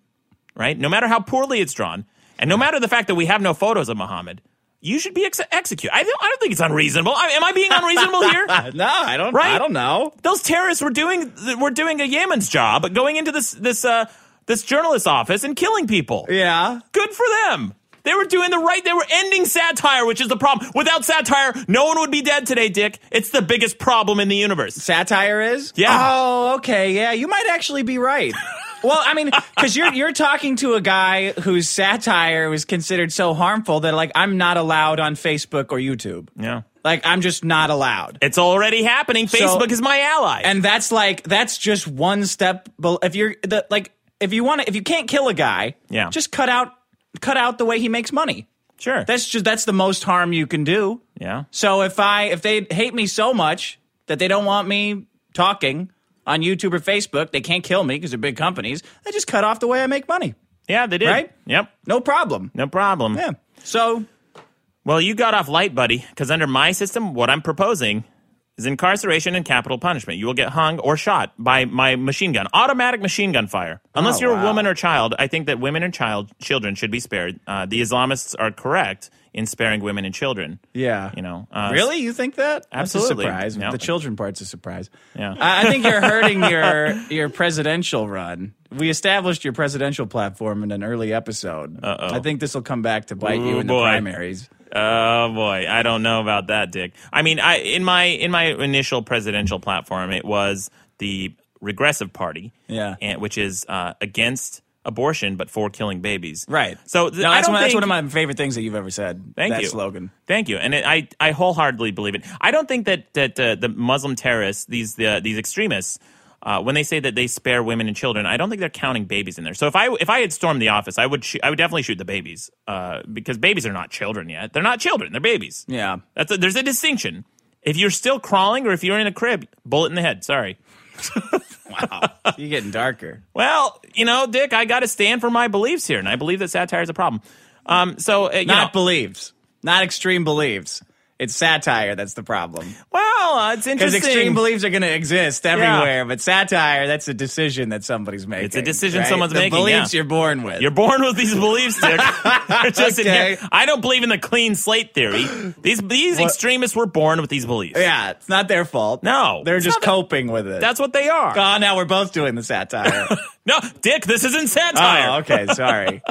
right? No matter how poorly it's drawn, and no matter the fact that we have no photos of Muhammad, you should be ex- executed. I don't, I don't think it's unreasonable. I, am I being unreasonable here?
no, I don't,
Right?
I don't know.
those terrorists were doing were doing a Yemen's job, going into this this uh, this journalist's office and killing people.
Yeah,
Good for them. They were doing the right. They were ending satire, which is the problem. Without satire, no one would be dead today, Dick. It's the biggest problem in the universe.
satire is.
Yeah.
Oh, okay, yeah, you might actually be right. Well, I mean, because you're you're talking to a guy whose satire was considered so harmful that like I'm not allowed on Facebook or YouTube.
Yeah,
Like I'm just not allowed.
it's already happening. Facebook is my ally.
and that's like that's just one step bel if you're the like if you want to if you can't kill a guy
Yeah.
just cut out cut out the way he makes money
sure,
that's just that's the most harm you can do
yeah,
so if i if they hate me so much that they don't want me talking on youtube or facebook they can't kill me because they're big companies they just cut off the way i make money
yeah. They did.
Right?
Yep.
no problem
No problem.
yeah so
Well, you got off light, buddy, because under my system, what I'm proposing is incarceration and capital punishment. You will get hung or shot by my machine gun, automatic machine gun fire. Unless
Oh,
you're a
wow.
woman or child, I think that women and child children should be spared. Uh, the Islamists are correct in sparing women and children.
yeah
You know, uh,
Really, you think that?
Absolutely.
That's a surprise.
Yeah.
The children part's a surprise.
Yeah.
I, I think you're hurting your your presidential run. We established your presidential platform in an early episode. I think this will come back to bite you
Ooh,
in
boy.
the primaries.
Oh boy, I don't know about that, Dick. I mean, I in my in my initial presidential platform, it was the regressive party,
Yeah.
and, which is uh, against abortion but for killing babies,
Right.
So th-
No,
I
that's,
don't
one,
think,
that's one of my favorite things that you've ever said.
Thank
that
you.
slogan.
Thank you, and it, I I wholeheartedly believe it. I don't think that that uh, the Muslim terrorists, these the, these extremists, uh, when they say that they spare women and children, I don't think they're counting babies in there. So if I if I had stormed the office, I would shoo- I would definitely shoot the babies uh, because babies are not children yet. They're not children. They're babies.
Yeah.
That's a, there's a distinction. If you're still crawling or if you're in a crib, bullet in the head. Sorry.
You're getting darker.
Well, you know, Dick, I got to stand for my beliefs here, and I believe that satire is a problem. Um, so uh, you know-
Not believes. Not extreme believes. It's satire that's the problem.
well, uh, it's
Because
interesting.
extreme beliefs are going to exist everywhere, but satire, that's a decision that somebody's making.
It's a decision
right?
someone's
the
making,
beliefs
yeah.
you're born with.
You're born with these beliefs, Dick. They're just in
Okay.
here. I don't believe in the clean slate theory. These these extremists were born with these beliefs.
Yeah, it's not their fault.
No,
They're
it's
just
not the-
coping with it.
That's what they are.
oh, now we're both doing the satire.
No, Dick, this isn't satire.
oh, okay, sorry.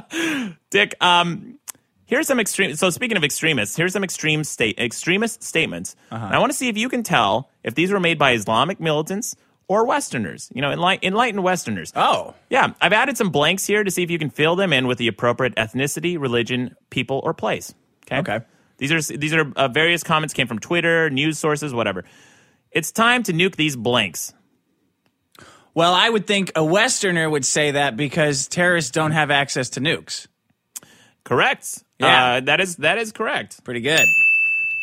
Dick, um, here's some extreme. So speaking of extremists, here's some extreme state extremist statements.
Uh-huh.
And I want to see if you can tell if these were made by Islamic militants or Westerners. You know, enlight- enlightened Westerners.
Oh,
Yeah, I've added some blanks here to see if you can fill them in with the appropriate ethnicity, religion, people, or place. Okay.
Okay.
These are these are uh, various comments came from Twitter, news sources, whatever. It's time to nuke these blanks.
well, I would think a Westerner would say that because terrorists don't have access to nukes.
Correct.
Yeah.
Uh, that is that is correct.
Pretty good.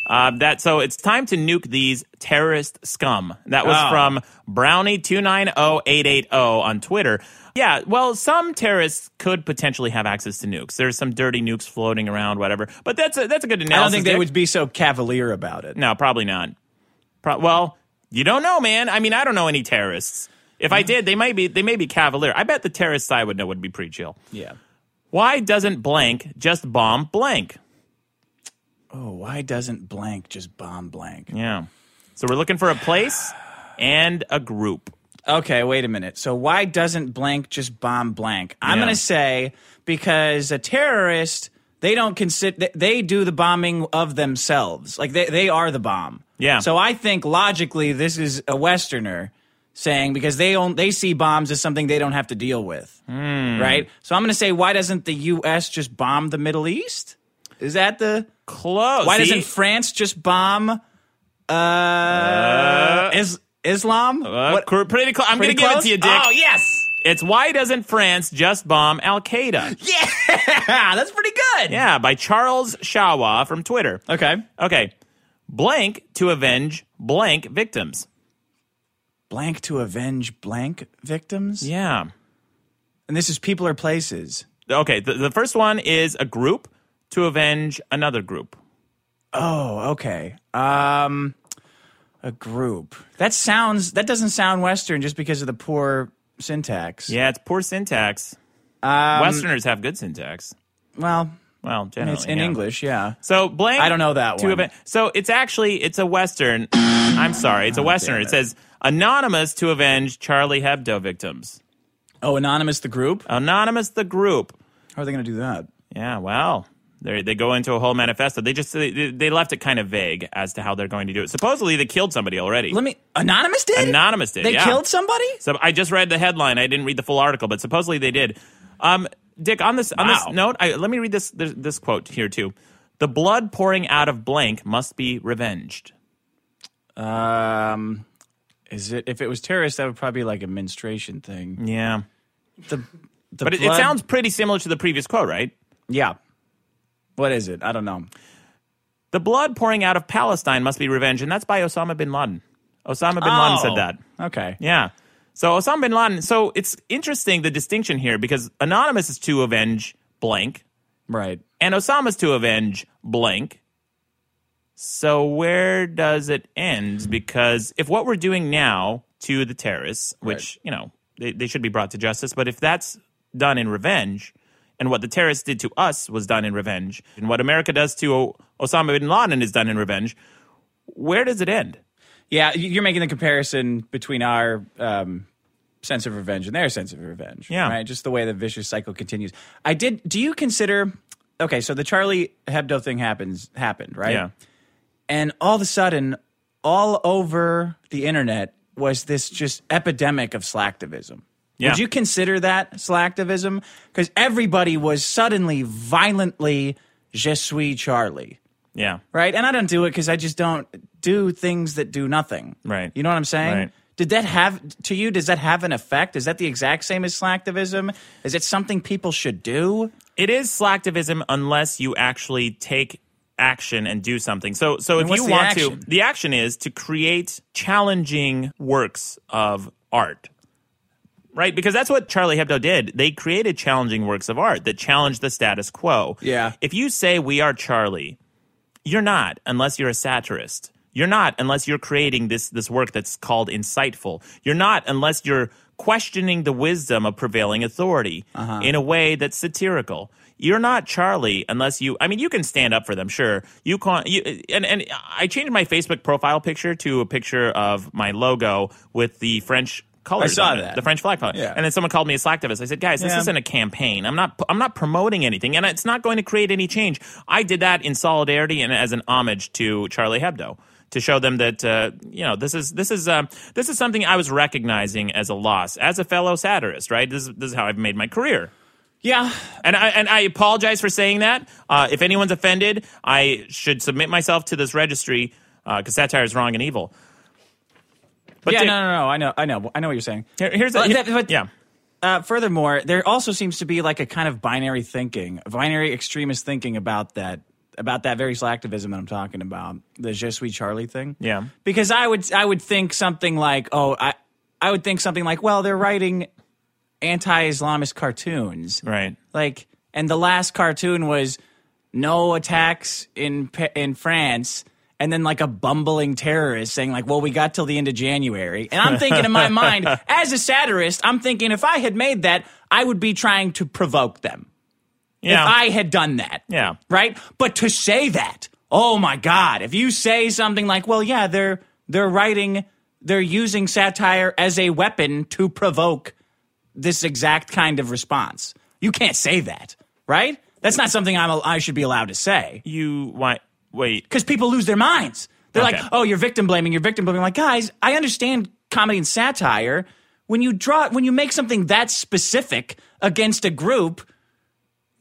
Uh, that so it's time to nuke these terrorist scum. That was
Oh.
from Brownie two nine zero eight eight zero on Twitter. Yeah, well, some terrorists could potentially have access to nukes. There's some dirty nukes floating around, whatever. But that's a, that's a good analysis.
I don't think they
Dick.
would be so cavalier about it.
No, probably not. Pro- well, you don't know, man. I mean, I don't know any terrorists. If
Mm-hmm.
I did, they might be they may be cavalier. I bet the terrorist side would know would be pretty chill.
Yeah.
Why doesn't blank just bomb blank?
Oh, why doesn't blank just bomb blank?
Yeah. So we're looking for a place and a group.
Okay, wait a minute. So why doesn't blank just bomb blank? I'm
Yeah.
going to say because a terrorist, they don't consider they, they do the bombing of themselves. Like they they are the bomb.
Yeah.
So I think logically this is a westerner saying because they own they see bombs as something they don't have to deal with.
Hmm.
Right? So I'm going to say why doesn't the US just bomb the Middle East? Is that the
Close.
Why
Oh, See?
doesn't France just bomb uh, is Islam?
Uh,
What-
cr- pretty close. I'm
Pretty
going to give it
close?
to you, Dick.
Oh yes,
It's why doesn't France just bomb Al Qaeda?
yeah, that's pretty good.
Yeah, by Charles Shawa from Twitter.
Okay.
Okay. Blank to avenge blank victims.
Blank to avenge blank victims.
Yeah.
And this is people or places.
Okay, the, the first one is a group to avenge another group.
Oh, okay. Um, a group. That sounds. That doesn't sound Western just because of the poor syntax.
Yeah, it's poor syntax. Westerners have good syntax.
Well,
Well, generally,
Um, it's in
yeah.
English. Yeah.
So blank.
I don't know that
to
one.
aven- so it's actually it's a western. I'm sorry, it's a westerner. It.
Oh, it.
says anonymous to avenge Charlie Hebdo victims.
Oh, anonymous the group.
Anonymous the group.
How are they going to do that?
Yeah, well, they they go into a whole manifesto. They just they, they left it kind of vague as to how they're going to do it. Supposedly they killed somebody already.
Let me. Anonymous did.
anonymous did.
They
yeah.
killed somebody.
So I just read the headline. I didn't read the full article, but supposedly they did. Um, Dick, on this on
Wow.
this note, I, let me read this, this this quote here too. The blood pouring out of blank must be revenged.
Um, is it? If it was terrorists, that would probably be like a menstruation thing.
Yeah,
The. the
but it, it
blood-
sounds pretty similar to the previous quote, right?
Yeah. What is it? I don't know.
The blood pouring out of Palestine must be revenged, and that's by Osama bin Laden. Osama bin Laden
Oh.
said that.
Okay.
Yeah. So Osama bin Laden. So it's interesting the distinction here because anonymous is to avenge blank,
Right.
and Osama's to avenge blank. So where does it end? Because if what we're doing now to the terrorists, which you know they, they should be brought to justice, but if that's done in revenge, and what the terrorists did to us was done in revenge, and what America does to o- Osama bin Laden is done in revenge, where does it end?
Yeah, y- you're making the comparison between our um, sense of revenge and their sense of revenge.
Yeah.
Right? Just the way the vicious cycle continues. I did. Do you consider. Okay, so the Charlie Hebdo thing happens happened, right?
Yeah,
And all of a sudden, all over the internet was this just epidemic of slacktivism.
Yeah.
Would you consider that slacktivism? Because everybody was suddenly violently, je suis Charlie,
yeah,
right? And I don't do it because I just don't do things that do nothing.
Right.
You know what I'm saying?
Right.
Did that have, to you, does that have an effect? Is that the exact same as slacktivism? Is it something people should do?
it is slacktivism unless you actually take action and do something. So so if
what's
you
the
want
action?
to the action is to create challenging works of art. Right? Because that's what Charlie Hebdo did. They created challenging works of art that challenged the status quo.
Yeah.
If you say we are Charlie, you're not unless you're a satirist. You're not unless you're creating this this work that's called insightful. You're not unless you're questioning the wisdom of prevailing authority
Uh-huh.
in a way that's satirical. You're not Charlie unless you. I mean, you can stand up for them, sure. You can. You, and and I changed my Facebook profile picture to a picture of my logo with the French colors.
saw
on it,
that.
the French flag color.
Yeah.
And then someone called me a slacktivist. I said, guys, this
Yeah.
isn't a campaign. I'm not I'm not promoting anything, and it's not going to create any change. I did that in solidarity and as an homage to Charlie Hebdo to show them that uh, you know this is this is um, this is something I was recognizing as a loss as a fellow satirist. Right, this is, this is how I've made my career.
Yeah.
And I and I apologize for saying that. Uh, if anyone's offended, I should submit myself to this registry because satire is wrong and evil. But
yeah,
Dick-
no, no, no. I know, I know, I know what you're saying.
here- here's a,
But that- but-
yeah.
uh, furthermore, there also seems to be like a kind of binary thinking, binary extremist thinking about that about that very slacktivism that I'm talking about, the Je suis Charlie thing.
Yeah.
Because I would I would think something like, oh, I I would think something like, well, they're writing anti-Islamist cartoons.
Right.
Like and the last cartoon was no attacks in Pa- in France and then like a bumbling terrorist saying like, "Well, we got till the end of January." And I'm thinking in my mind, as a satirist, I'm thinking if I had made that, I would be trying to provoke them
Yeah.
if I had done that.
Yeah.
Right? But to say that, oh my God, if you say something like, well, yeah, they're they're writing they're using satire as a weapon to provoke this exact kind of response. You can't say that, right? That's not something I'm I should be allowed to say
you why wait.
because people lose their minds. They're
Okay.
like, "Oh, you're victim blaming. You're victim blaming." I'm like, guys, I understand comedy and satire. When you draw, when you make something that specific against a group,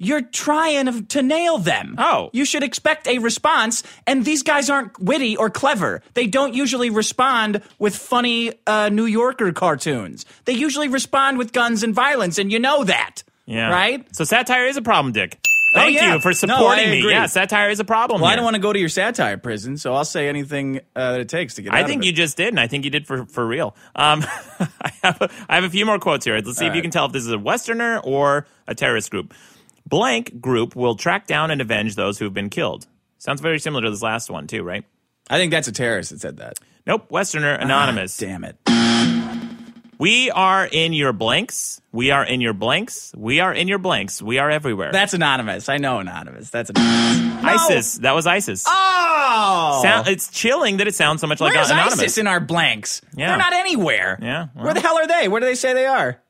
you're trying of- to nail them.
Oh.
you should expect a response. And these guys aren't witty or clever. They don't usually respond with funny uh, New Yorker cartoons. They usually respond with guns and violence, and you know that.
Yeah.
Right. Oh,
So satire is a problem, Dick. Thank
yeah.
you for
No,
supporting
I
me.
agree.
Yeah, satire is a problem.
Well, I
here.
don't want to go to your satire prison, so I'll say anything uh, that it takes to get. out
I
of
think
it.
you just did, and I think you did for for real. Um, I have a, I have a few more quotes here. Let's see if you can tell if this is a Westerner or a terrorist group. Blank group will track down and avenge those who have been killed. Sounds very similar to this last one too, right?
I think that's a terrorist that said that.
Nope, Westerner anonymous.
Ah, Damn it.
we are in your blanks. We are in your blanks. We are in your blanks. We are everywhere.
That's anonymous. I know anonymous. That's anonymous.
ISIS. That was ISIS.
Oh!
Sound, it's chilling that it sounds so much like
Where's
anonymous.
ISIS in our blanks?
Yeah.
They're not anywhere.
Yeah, well.
Where the hell are they? Where do they say they are?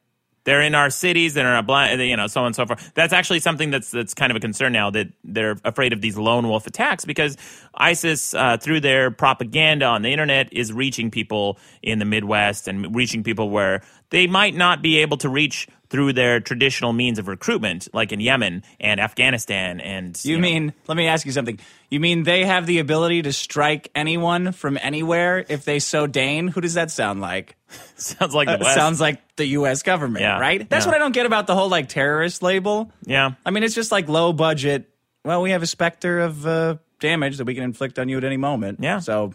they're in our cities and are blind, you know, so on and so forth. That's actually something that's that's kind of a concern now that they're afraid of these lone wolf attacks because ISIS, uh, through their propaganda on the internet, is reaching people in the Midwest and reaching people where they might not be able to reach through their traditional means of recruitment, like in Yemen and Afghanistan. And
You
know,
mean, let me ask you something. You mean they have the ability to strike anyone from anywhere if they so deign? Who does that sound like?
sounds like the
That
West.
Uh, sounds like the U.S. government,
Yeah,
right? That's
yeah.
what I don't get about the whole like terrorist label.
yeah.
I mean, it's just like low budget. Well, we have a specter of uh, damage that we can inflict on you at any moment.
Yeah.
So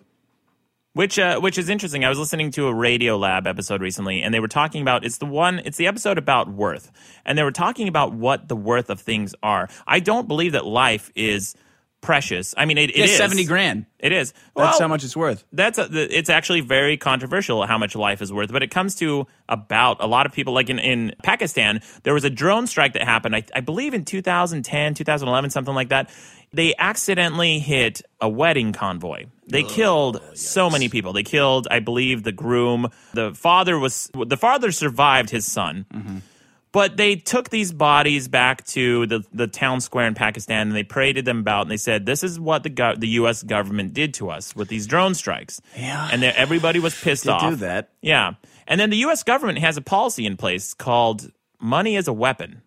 Which uh, which is interesting. I was listening to a Radio Lab episode recently, and they were talking about it's the one it's the episode about worth, and they were talking about what the worth of things are. I don't believe that life is precious. I mean, it, it
it's
is.
seventy grand.
It is.
That's
Well,
how much it's worth.
that's a, th- it's actually very controversial how much life is worth but it comes to about a lot of people like in, in pakistan there was a drone strike that happened I, I believe in 2010 2011 something like that they accidentally hit a wedding convoy they killed so many people they killed i believe the groom the father was the father survived his son but they took these bodies back to the, the town square in Pakistan and they paraded them about and they said, This is what the, gov the U.S. government did to us with these drone strikes.
Yeah.
And they- everybody was pissed
They
off.
do that.
Yeah. And then the U.S. government has a policy in place called money as a weapon.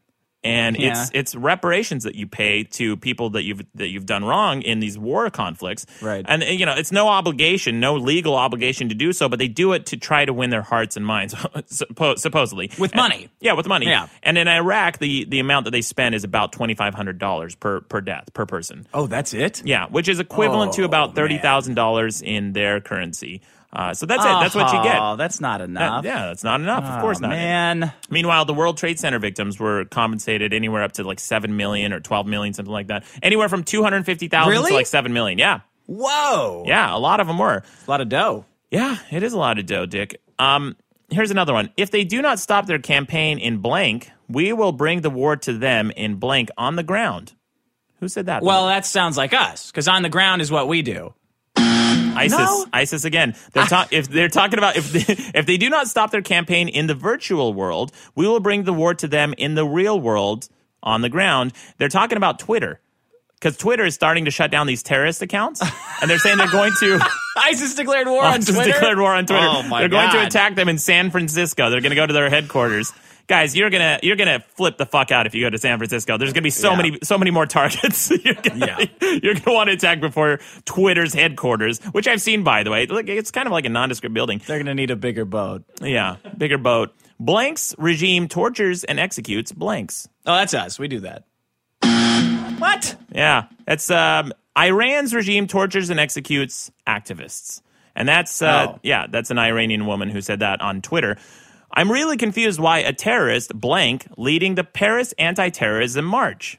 And it's
Yeah.
it's reparations that you pay to people that you've that you've done wrong in these war conflicts.
Right.
And you know, it's no obligation, no legal obligation to do so, but they do it to try to win their hearts and minds suppo- supposedly.
With
And-
money.
yeah, with money.
Yeah.
And in Iraq, the, the amount that they spend is about twenty five hundred dollars per per death per person.
Oh, that's it.
Yeah, which is equivalent to
Oh,
about
man.
thirty thousand dollars in their currency. Uh, so that's it. That's what you
Oh,
get.
that's not
That-
enough.
yeah, that's not enough. Of course
Oh,
not.
Man,
Meanwhile, the World Trade Center victims were compensated anywhere up to like seven million or twelve million, something like that. Anywhere from two hundred fifty thousand
Really?
to like seven million. Yeah,
whoa,
yeah, a lot of them were.
a lot of dough.
Yeah, it is a lot of dough, Dick. Um, here's another one. If they do not stop their campaign in blank, we will bring the war to them in blank on the ground. Who said that?
Well, that sounds like us because on the ground is what we do.
ISIS,
no.
ISIS again. They're ta- if they're talking about if they, if they do not stop their campaign in the virtual world, we will bring the war to them in the real world on the ground. They're talking about Twitter because Twitter is starting to shut down these terrorist accounts, and they're saying they're going to.
ISIS declared war on
ISIS
Twitter.
declared war on Twitter.
Oh, my
They're going to
God.
attack them in San Francisco. They're going to go to their headquarters. Guys, you're gonna you're gonna flip the fuck out if you go to San Francisco. There's gonna be so
Yeah.
many so many more targets. you're gonna, you're gonna want to attack before Twitter's headquarters, which I've seen by the way. Look, It's kind of like a nondescript building.
They're gonna need a bigger boat.
Yeah, bigger boat. Blanks regime tortures and executes blanks.
Oh, that's us. We do that. What?
Yeah, that's um, Iran's regime tortures and executes activists, and that's uh,
Oh.
yeah, that's an Iranian woman who said that on Twitter. I'm really confused why a terrorist blank leading the Paris anti-terrorism march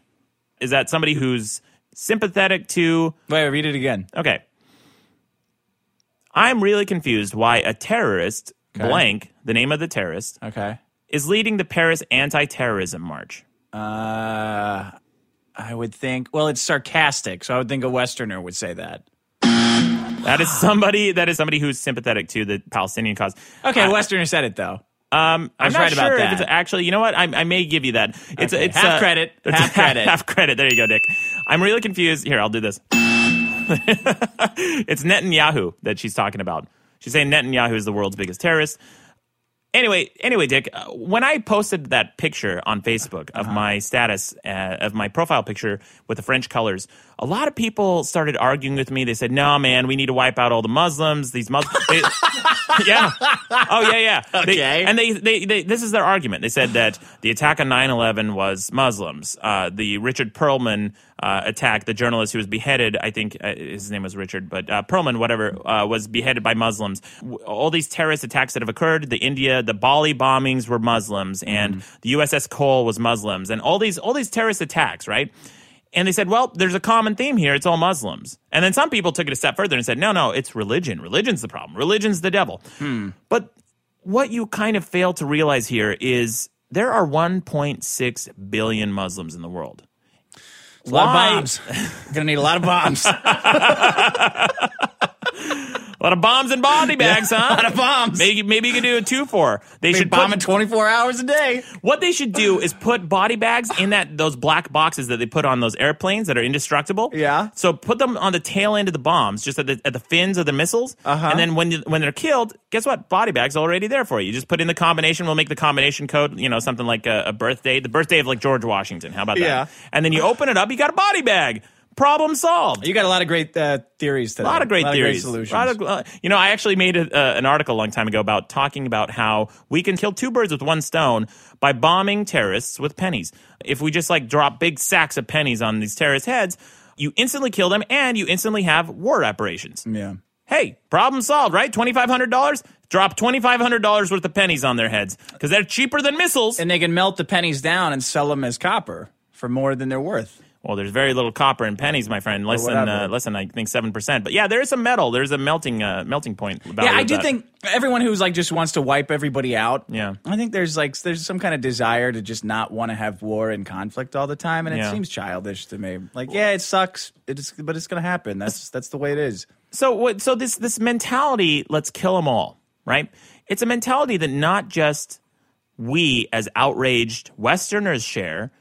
is that somebody who's sympathetic to
Wait, read it again.
Okay. I'm really confused why a terrorist, blank, the name of the terrorist,
Okay.
is leading the Paris anti terrorism march.
Uh, I would think. Well, it's sarcastic, so I would think a Westerner would say that.
That is somebody that is somebody who's sympathetic to the Palestinian cause.
Okay,
I,
Westerner said it though.
um, I'm
was
not
right about
sure if
that.
it's actually. You know what? I, I may give you that. It's
Okay,
it's
half
uh,
credit,
it's
half credit.
half credit. There you go, Dick. I'm really confused. Here, I'll do this. it's Netanyahu that she's talking about. She's saying Netanyahu is the world's biggest terrorist. Anyway, anyway, Dick, uh, when I posted that picture on Facebook
Uh-huh.
of my status, uh, of my profile picture with the French colors, a lot of people started arguing with me. They said, "No, man, we need to wipe out all the Muslims. These Muslims, yeah, oh yeah, yeah." They-
Okay.
and they, they, they, this is their argument. They said that the attack on 9-11 was Muslims. Uh, the Richard Perlman uh, attack, the journalist who was beheaded, I think uh, his name was Richard, but uh, Perlman, whatever, uh, was beheaded by Muslims. W- All these terrorist attacks that have occurred, the India, the Bali bombings were Muslims, and the USS Cole was Muslims, and all these, all these terrorist attacks, right? And they said, well, there's a common theme here. It's all Muslims. And then some people took it a step further and said, no, no, it's religion. Religion's the problem. Religion's the devil. But what you kind of fail to realize here is there are 1.6 billion Muslims in the world.
A lot
Why-
of bombs. Gonna need a lot of bombs. a
A lot of bombs and body bags, huh?
lot of bombs.
Maybe, maybe you could do a two for. They
They
should
bomb
put,
in 24 hours a day.
what they should do is put body bags in that those black boxes that they put on those airplanes that are indestructible.
Yeah.
So put them on the tail end of the bombs, just at the, at the fins of the missiles.
Uh-huh.
And then when you, when they're killed, guess what? Body bags are already there for you. You just put in the combination. We'll make the combination code. You know, something like a, a birthday, the birthday of like George Washington. How about that?
Yeah.
And then you open it up. You got a body bag. Problem solved.
You got a lot of great uh, theories today.
A lot of great theories.
solutions.
A lot of- uh, you know, I actually made a, uh, an article a long time ago about talking about how we can kill two birds with one stone by bombing terrorists with pennies. If we just like drop big sacks of pennies on these terrorist heads, you instantly kill them and you instantly have war reparations.
yeah.
Hey, problem solved, right? $2,500? Drop $2,500 worth of pennies on their heads because they're cheaper than missiles.
And they can melt the pennies down and sell them as copper for more than they're worth.
Well, there's very little copper in pennies, my friend. Less than
whatever.
uh, less than I think seven percent. But yeah, there is some metal. There's a melting uh, melting point. value
yeah, I
of
do
that.
think everyone who's like just wants to wipe everybody out.
Yeah.
I think there's like there's some kind of desire to just not want to have war and conflict all the time, and
Yeah.
it seems childish to me. Like, yeah, it sucks, it's but it's gonna happen. That's that's the way it is.
So what? So this this mentality, let's kill them all, right? It's a mentality that not just we as outraged Westerners share.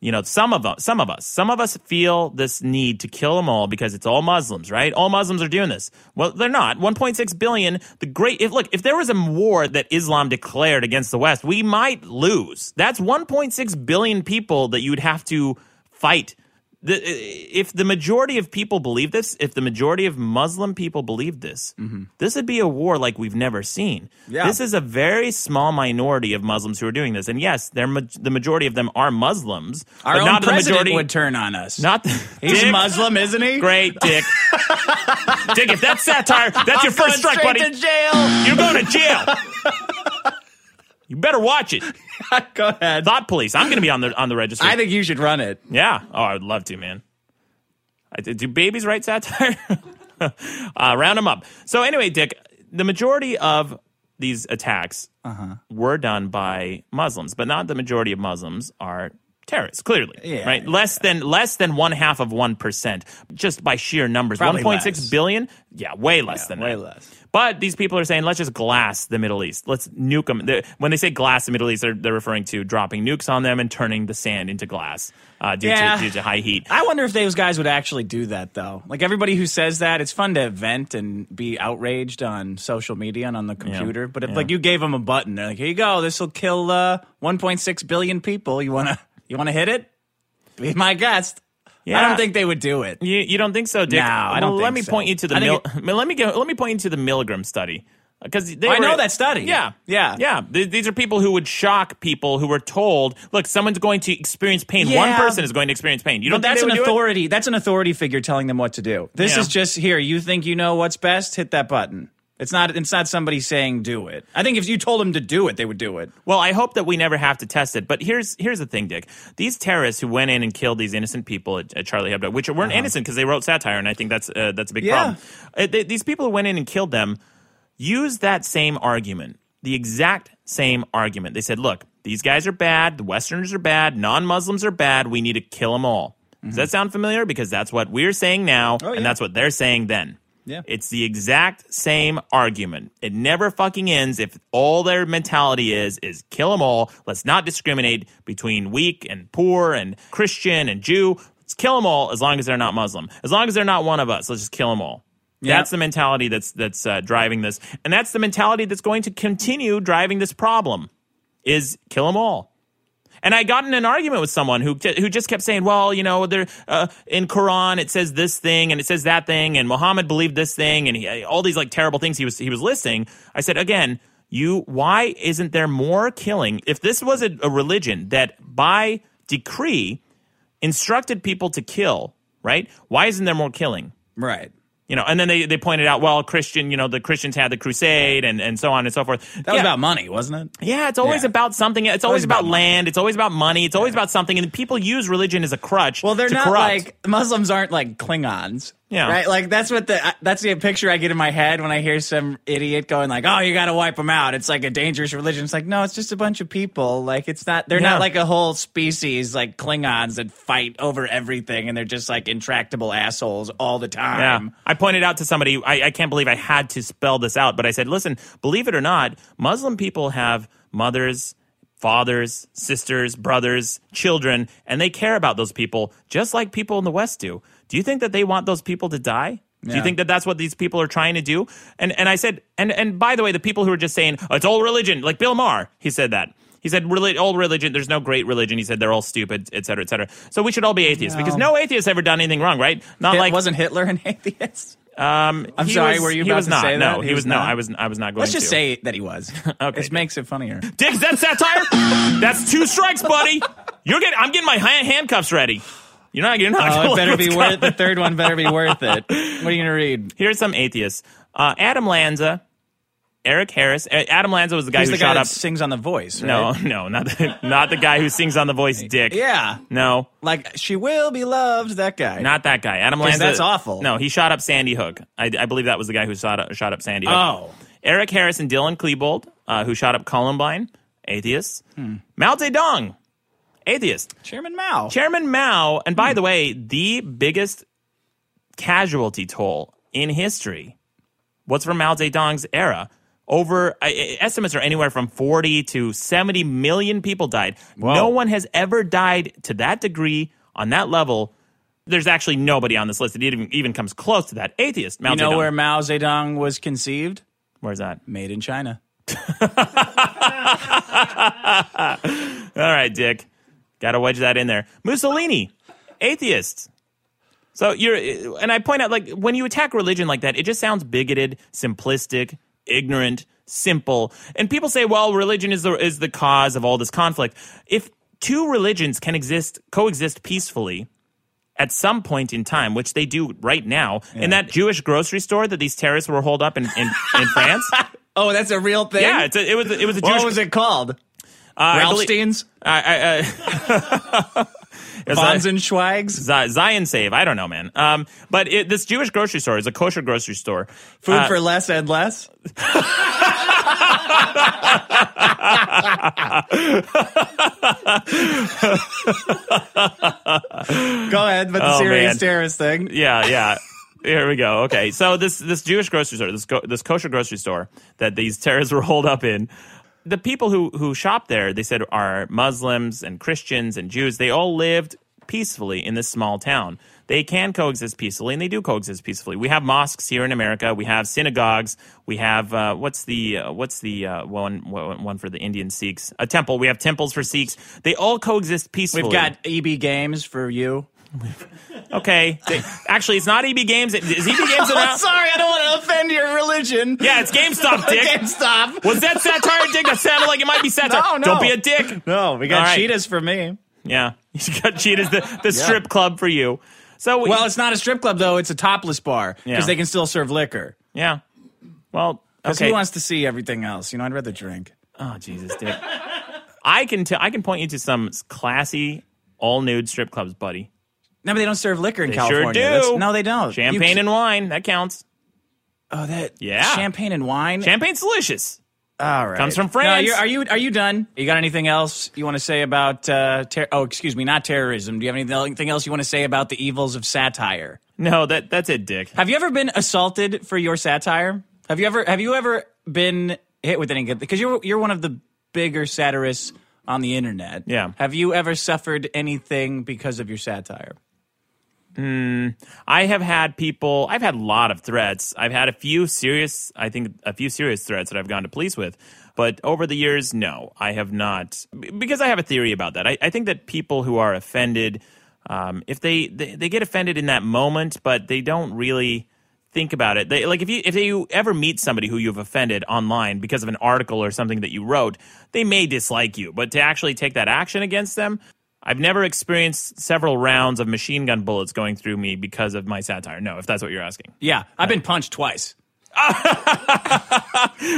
You know, some of us, some of us, some of us feel this need to kill them all because it's all Muslims, right? All Muslims are doing this. Well, they're not. 1.6 billion. The great. If look, if there was a war that Islam declared against the West, we might lose. That's 1.6 billion people that you would have to fight the, if the majority of people believe this, if the majority of Muslim people believe this, this would be a war like we've never seen.
Yeah.
This is a very small minority of Muslims who are doing this, and yes, they're ma- the majority of them are Muslims.
Our
but
own
not the
president
majority,
would turn on us.
Not the,
He's
Dick,
Muslim, isn't he?
Great, Dick. Dick, if that's satire, that's your first strike, buddy.
to jail.
You're going to jail. you better watch it.
Go ahead.
Thought police. I'm going to be on the on the register.
I think you should run it.
Yeah. Oh, I would love to, man. I, do babies write satire? uh, round them up. So anyway, Dick, the majority of these attacks
Uh-huh.
were done by Muslims, but not the majority of Muslims are terrorists. Clearly,
Yeah,
right? Less than less than one half of one percent, just by sheer numbers. One
Probably
point six
less.
billion. Yeah, way less than
way
that.
less.
But these people are saying, let's just glass the Middle East. Let's nuke them. when they say glass the Middle East, they're, they're referring to dropping nukes on them and turning the sand into glass uh, due,
Yeah.
to, due to high heat.
I wonder if those guys would actually do that though. Like everybody who says that, it's fun to vent and be outraged on social media and on the computer. But if
Yeah.
like you gave them a button, they're like, "Here you go. This will kill uh, 1.6 billion people. You wanna you wanna hit it? Be my guest." I
Yeah.
don't think they would do it.
You, you don't think so, Dick?
No, I
Well,
don't
Let
think
me
so.
point you to the
I
Mil-
think
let me go, let me point you to the Milgram study. Because they
I
were-
know that study.
Yeah,
Yeah.
yeah. Th- these are people who would shock people who were told, "Look, someone's going to experience pain. One
Yeah.
person is going to experience pain." You don't.
But that's an
think they would do it?
authority. That's an authority figure telling them what to do. This
Yeah.
is just here. You think you know what's best? Hit that button. It's not. It's not somebody saying do it. I think if you told them to do it, they would do it.
Well, I hope that we never have to test it. But here's here's the thing, Dick. These terrorists who went in and killed these innocent people at, at Charlie Hebdo, which weren't innocent because they wrote satire, and I think that's uh, that's a big
Yeah.
problem. Uh, they, these people who went in and killed them used that same argument, the exact same argument. They said, "Look, these guys are bad. The Westerners are bad. Non-Muslims are bad. We need to kill them all." Does that sound familiar? Because that's what we're saying now,
Oh, yeah.
and that's what they're saying then.
Yeah.
It's the exact same argument. It never fucking ends if all their mentality is is kill them all. Let's not discriminate between weak and poor and Christian and Jew. Let's kill them all as long as they're not Muslim. As long as they're not one of us, let's just kill them all.
Yeah.
That's the mentality that's that's uh, driving this, and that's the mentality that's going to continue driving this problem. Is kill them all. And I got in an argument with someone who ju- who just kept saying, "Well, you know, there uh, in Quran it says this thing and it says that thing, and Muhammad believed this thing, and he, uh, all these like terrible things he was he was listing." I said again. You, why isn't there more killing? If this was a, a religion that by decree instructed people to kill, right? Why isn't there more killing?
Right.
You know, and then they, they pointed out, well, Christian, you know, the Christians had the crusade and, and so on and so forth.
That was
Yeah.
about money, wasn't it?
Yeah, it's always
Yeah.
about something. It's always, about,
about money.
land. It's always about money. It's always about something. And people use religion as a crutch.
Well, they're
to
not
corrupt.
like Muslims aren't like Klingons.
Yeah.
Right. Like that's what the I- that's the picture I get in my head when I hear some idiot going like, "Oh, you got to wipe them out. It's like a dangerous religion." It's like, no, it's just a bunch of people. Like it's not. They're
Yeah.
not like a whole species like Klingons that fight over everything and they're just like intractable assholes all the
Yeah.
time.
I pointed out to somebody, I, I can't believe I had to spell this out, but I said, listen, believe it or not, Muslim people have mothers, fathers, sisters, brothers, children, and they care about those people just like people in the West do. Do you think that they want those people to die? Do you
Yeah.
think that that's what these people are trying to do? And and I said, and and by the way, the people who are just saying "Oh, it's all religion, like Bill Maher, he said that. He said, "Reli- all religion, there's no great religion. He said, they're all stupid, et cetera, et cetera. So we should all be atheists because no atheist ever done anything wrong, right? Not
Hit-
like
wasn't Hitler an atheist?
um,
I'm
he
sorry,
was-
were you
he
about
was
to
not,
say
no,
that?
he,
He
was,
was
no.
not?
I was. I was not going.
Let's just
to.
say that he was. okay, it makes it funnier.
Dick, is that satire? That's two strikes, buddy. You're getting. I'm getting my ha- handcuffs ready. You're not. You're not.
Oh,
gonna
it better
let
be
this
worth
go.
the third one. Better be worth it. What are you gonna read?
Here's some atheists: uh, Adam Lanza, Eric Harris. A- Adam Lanza was the guy
He's
who
the
shot
guy that
up.
sings on The Voice. Right?
No, no, not the, not the guy who sings on The Voice, Dick.
Yeah.
No,
Like she will be loved. That guy.
not that guy. Adam
'Cause
Lanza.
that's awful.
No, he shot up Sandy Hook. I, I believe that was the guy who shot up, shot up Sandy Hook.
Oh.
Eric Harris and Dylan Klebold, uh, who shot up Columbine, atheists. Mao Zedong, atheist.
Chairman Mao.
Chairman Mao, and by the way, the biggest casualty toll in history was from Mao Zedong's era. Over I- I- estimates are anywhere from 40 to 70 million people died. No one has ever died to that degree on that level. There's actually nobody on this list that even, even comes close to that. Atheist, Mao
you know
Zedong.
where Mao Zedong was conceived?
Where's that?
Made in China.
All right, Dick. Got to wedge that in there. Mussolini, atheist. So you're, and I point out, like, when you attack religion like that, it just sounds bigoted, simplistic, ignorant, simple. And people say, well, religion is the, is the cause of all this conflict. If two religions can exist, coexist peacefully, at some point in time, which they do right now, in that Jewish grocery store that these terrorists were holed up in, in, in France.
Oh, that's a real thing.
Yeah, it's a, it was a- it was a Jewish.
what was it called?
I believe-
Ralphstein's,
I, I, I, It was a-
Bonds and Schweigs,
Z- Zion Save. I don't know, man. Um, but it, this Jewish grocery store is a kosher grocery store.
food
Uh,
for less and less. Go ahead, but the
Oh,
serious
man.
terrorist thing.
yeah, yeah. Here we go. Okay, so this this Jewish grocery store, this go, this kosher grocery store that these terrorists were holed up in, the people who who shop there, they said are Muslims and Christians and Jews. They all lived peacefully in this small town. They can coexist peacefully, and they do coexist peacefully. We have mosques here in America. We have synagogues. We have uh, what's the uh, what's the uh, one one one for the Indian Sikhs? A temple. We have temples for Sikhs. They all coexist peacefully.
We've got EB E Games for you.
Okay. They- Actually, it's not EB Games. Is EB Games
I'm
announced?
Oh, sorry, I don't want to offend your religion.
Yeah, it's GameStop, dick.
GameStop.
Was that satire, dick? That sounded like it might be satire.
No, no.
Don't be a dick.
No, we
All
got
right.
cheetahs for me.
Yeah, you got cheetahs. The, the strip club for you. So we,
Well, it's not a strip club though; it's a topless bar because
Yeah.
they can still serve liquor.
yeah. Well,
Because
okay.
who wants to see everything else? You know, I'd rather drink.
oh Jesus, dick. I can tell. I can point you to some classy, all nude strip clubs, buddy.
No, but they don't serve liquor in
They sure
California.
do.
That's- no, they don't.
Champagne and wine that counts.
oh, that
Yeah.
champagne and wine.
Champagne's delicious.
All right,
comes from
Now,
France.
you're- are you are you done? You got anything else you want to say about? Uh, ter- oh, excuse me, not terrorism. Do you have anything- anything else you want to say about the evils of satire?
No, that that's it, dick.
Have you ever been assaulted for your satire? Have you ever have you ever been hit with any good because you're you're one of the bigger satirists on the internet.
Yeah.
Have you ever suffered anything because of your satire?
I have had people. I've had a lot of threats. I've had a few serious. I think a few serious threats that I've gone to police with. But over the years, no, I have not, b- because I have a theory about that. I, I think that people who are offended, um, if they, they they get offended in that moment, but they don't really think about it. They, like if you if you ever meet somebody who you've offended online because of an article or something that you wrote, they may dislike you, but to actually take that action against them, I've never experienced several rounds of machine gun bullets going through me because of my satire. No, if that's what you're asking.
Yeah, I've been punched twice.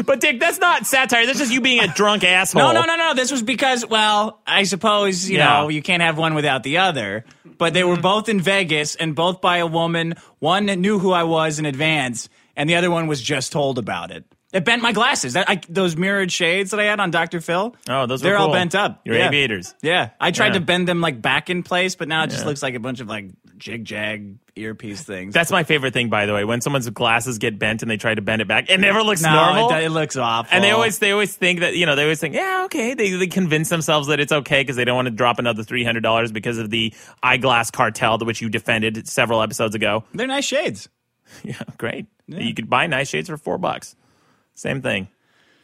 But Dick, that's not satire. That's just you being a drunk asshole.
No, no, no, no. This was because, well, I suppose, you
Yeah. Mm-hmm.
know, you can't have one without the other. But they were both in Vegas and both by a woman. One knew who I was in advance, and the other one was just told about it. It bent my glasses. That, I, those mirrored shades that I had on Dr. Phil.
Oh, those were
They're all
cool.
bent up.
Your
Yeah.
aviators.
Yeah. I tried
Yeah.
to bend them like back in place, but now it just looks like a bunch of like jig jag earpiece things.
That's my favorite thing, by the way. When someone's glasses get bent and they try to bend it back, it never looks
no,
normal.
It, it looks awful.
And they always they always think that you know they always think yeah okay they, they convince themselves that it's okay because they don't want to drop another three hundred dollars because of the eyeglass cartel which you defended several episodes ago.
They're nice shades.
Yeah, great. You could buy nice shades for four bucks. Same thing.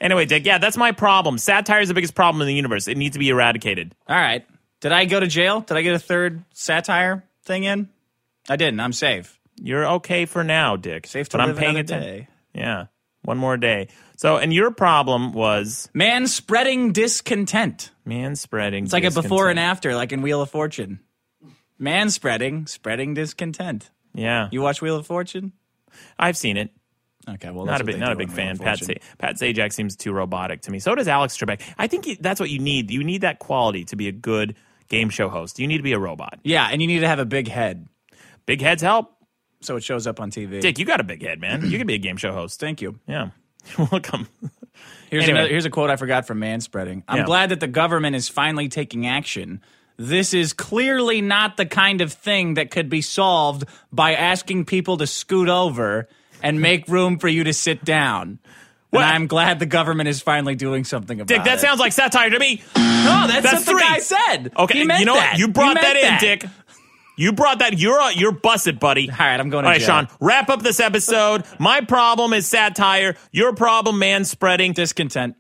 Anyway, Dick, yeah, that's my problem. Satire is the biggest problem in the universe. It needs to be eradicated.
All right. Did I go to jail? Did I get a third satire thing in? I didn't. I'm safe.
You're okay for now, Dick.
Safe to
but
live
I'm paying
another
atten-
day.
Yeah, one more day. So, and your problem was
Man spreading discontent.
man spreading.
It's like a before and after, like in Wheel of Fortune. Man spreading, spreading discontent.
Yeah,
You watch Wheel of Fortune?
I've seen it.
Okay, well,
Not
that's
a
what
big,
they
not a
do
big
in Wheel
fan.
of
Pat, Sa-
Fortune.
Pat Sajak seems too robotic to me. So does Alex Trebek. I think you, that's what you need. You need that quality to be a good game show host. You need to be a robot.
Yeah, and you need to have a big head
Big heads help.
so it shows up on TV.
Dick, you got a big head, man. You could be a game show host.
Thank you.
Yeah. You're welcome.
Here's
Anyway.
another, here's a quote I forgot from manspreading. I'm
Yeah.
glad that the government is finally taking action. This is clearly not the kind of thing that could be solved by asking people to scoot over and make room for you to sit down.
Well-
and I'm glad the government is finally doing something about
Dick, that
it.
sounds like satire to me.
no. That's,
that's
what the
three.
guy said.
Okay,
He meant
you know
that.
what? You
He
brought
meant
that in, Dick. You brought that. You're uh, you're busted, buddy.
All right, I'm going to
All right,
jail.
Sean. Wrap up this episode. My problem is satire. Your problem, man spreading,
Discontent.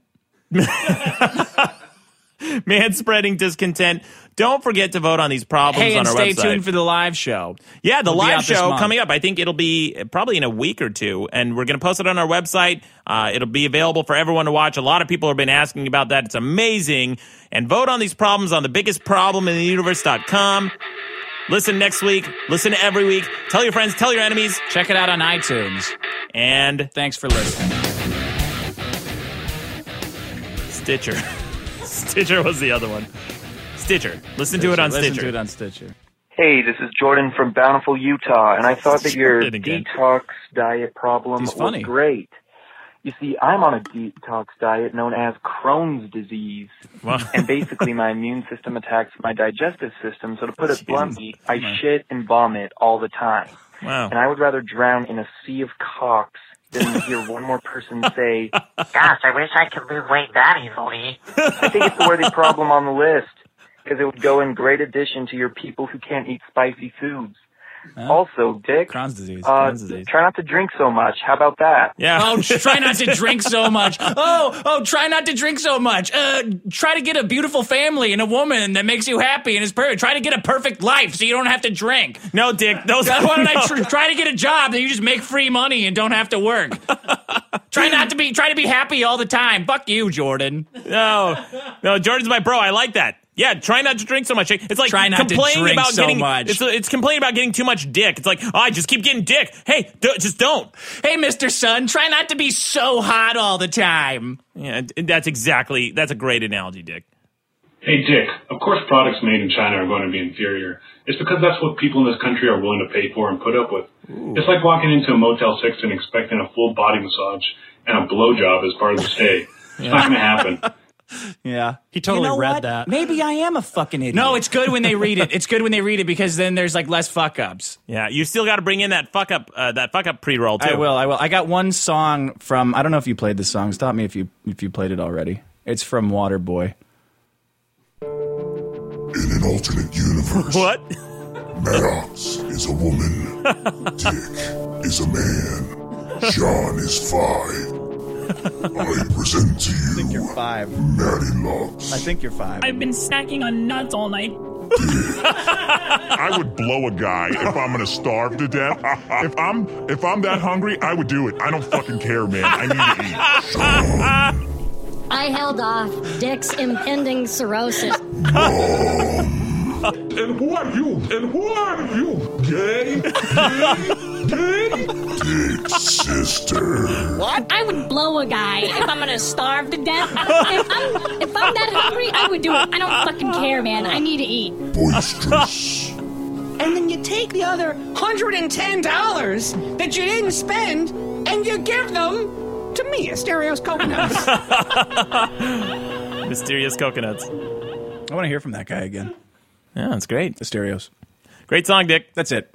man spreading discontent. Don't forget to vote on these problems
Hey,
on
and
our
stay
website.
tuned for the live show.
Yeah, the
It'll be
live
out this
show
month.
coming up. I think it'll be probably in a week or two, and we're going to post it on our website. Uh, it'll be available for everyone to watch. A lot of people have been asking about that. It's amazing. And vote on these problems on the biggest problem in the universe.com. Listen next week. Listen every week. Tell your friends, tell your enemies,
Check it out on iTunes.
and
Thanks for listening.
Stitcher. Stitcher was the other one. Stitcher. Listen to it on
Listen
Stitcher.
to it on Stitcher.
Hey, this is Jordan from Bountiful, Utah, and I thought that your
Jordan again.
detox diet problem
He's funny.
was great. You see, I'm on a detox diet known as Crohn's disease,
Wow.
and basically my immune system attacks my digestive system, so to put it
Jeez.
bluntly, I shit and vomit all the time. And
wow.
I would rather drown in a sea of cocks than hear one more person say,
Gosh, I wish I could lose weight that easily.
I think it's a worthy problem on the list because it would go in great addition to your people who can't eat spicy foods. Also, Dick,
Crohn's disease.
uh,
Crohn's disease.
try not to drink so much. How about that?
Yeah.
Oh, try not to drink so much. Oh, oh, try not to drink so much. Uh, try to get a beautiful family and a woman that makes you happy and is perfect. Try to get a perfect life so you don't have to drink.
no, Dick. Those.
Why don't I
no.
tr- try to get a job that you just make free money and don't have to work? try not to be. Try to be happy all the time. Fuck you, Jordan.
No, no, Jordan's my bro. I like that. Yeah, try not to drink so much. It's like
Try not to
complaining
drink
about
so
getting
much.
It's, it's complaining about getting too much dick. It's like oh, I just keep getting dick. Hey, d- just don't.
Hey, Mister Sun, try not to be so hot all the time.
Yeah, d- that's exactly. That's a great analogy, Dick.
Hey Dick, of course products made in China are going to be inferior. It's because that's what people in this country are willing to pay for and put up with. It's like walking into a Motel 6 and expecting a full body massage and a blowjob as part of the stay. It's not going to happen.
Yeah.
He totally read that.
Maybe I am a fucking idiot.
No, it's good when they read it. It's good when they read it because then there's like less fuck ups.
Yeah, you still got to bring in that fuck up. Uh, that fuck up pre roll too.
I will. I will. I got one song from. I don't know if you played this song. Stop me if you if you played it already. It's from Waterboy.
In an alternate universe,
What?
Maddox is a woman, Dick is a man, Sean is five. I present to you
Five.
Matty Lux.
I think you're five.
I've been snacking on nuts all night.
I would blow a guy if I'm gonna starve to death. If I'm if I'm that hungry, I would do it. I don't fucking care, man. I need to eat.
I held off Dick's impending cirrhosis.
And who are you? And who are you? Gay? Gay? Gay? Dick sister.
I would blow a guy if I'm gonna starve to death. If I'm, if I'm that hungry, I would do it. I don't fucking care, man. I need to eat.
Boisterous.
And then you take the other hundred and ten dollars that you didn't spend, and you give them to me, Asterios Coconuts.
Mysterious coconuts.
I want to hear from that guy again,
Yeah, that's great.
Asterios.
Great song, Dick.
That's it.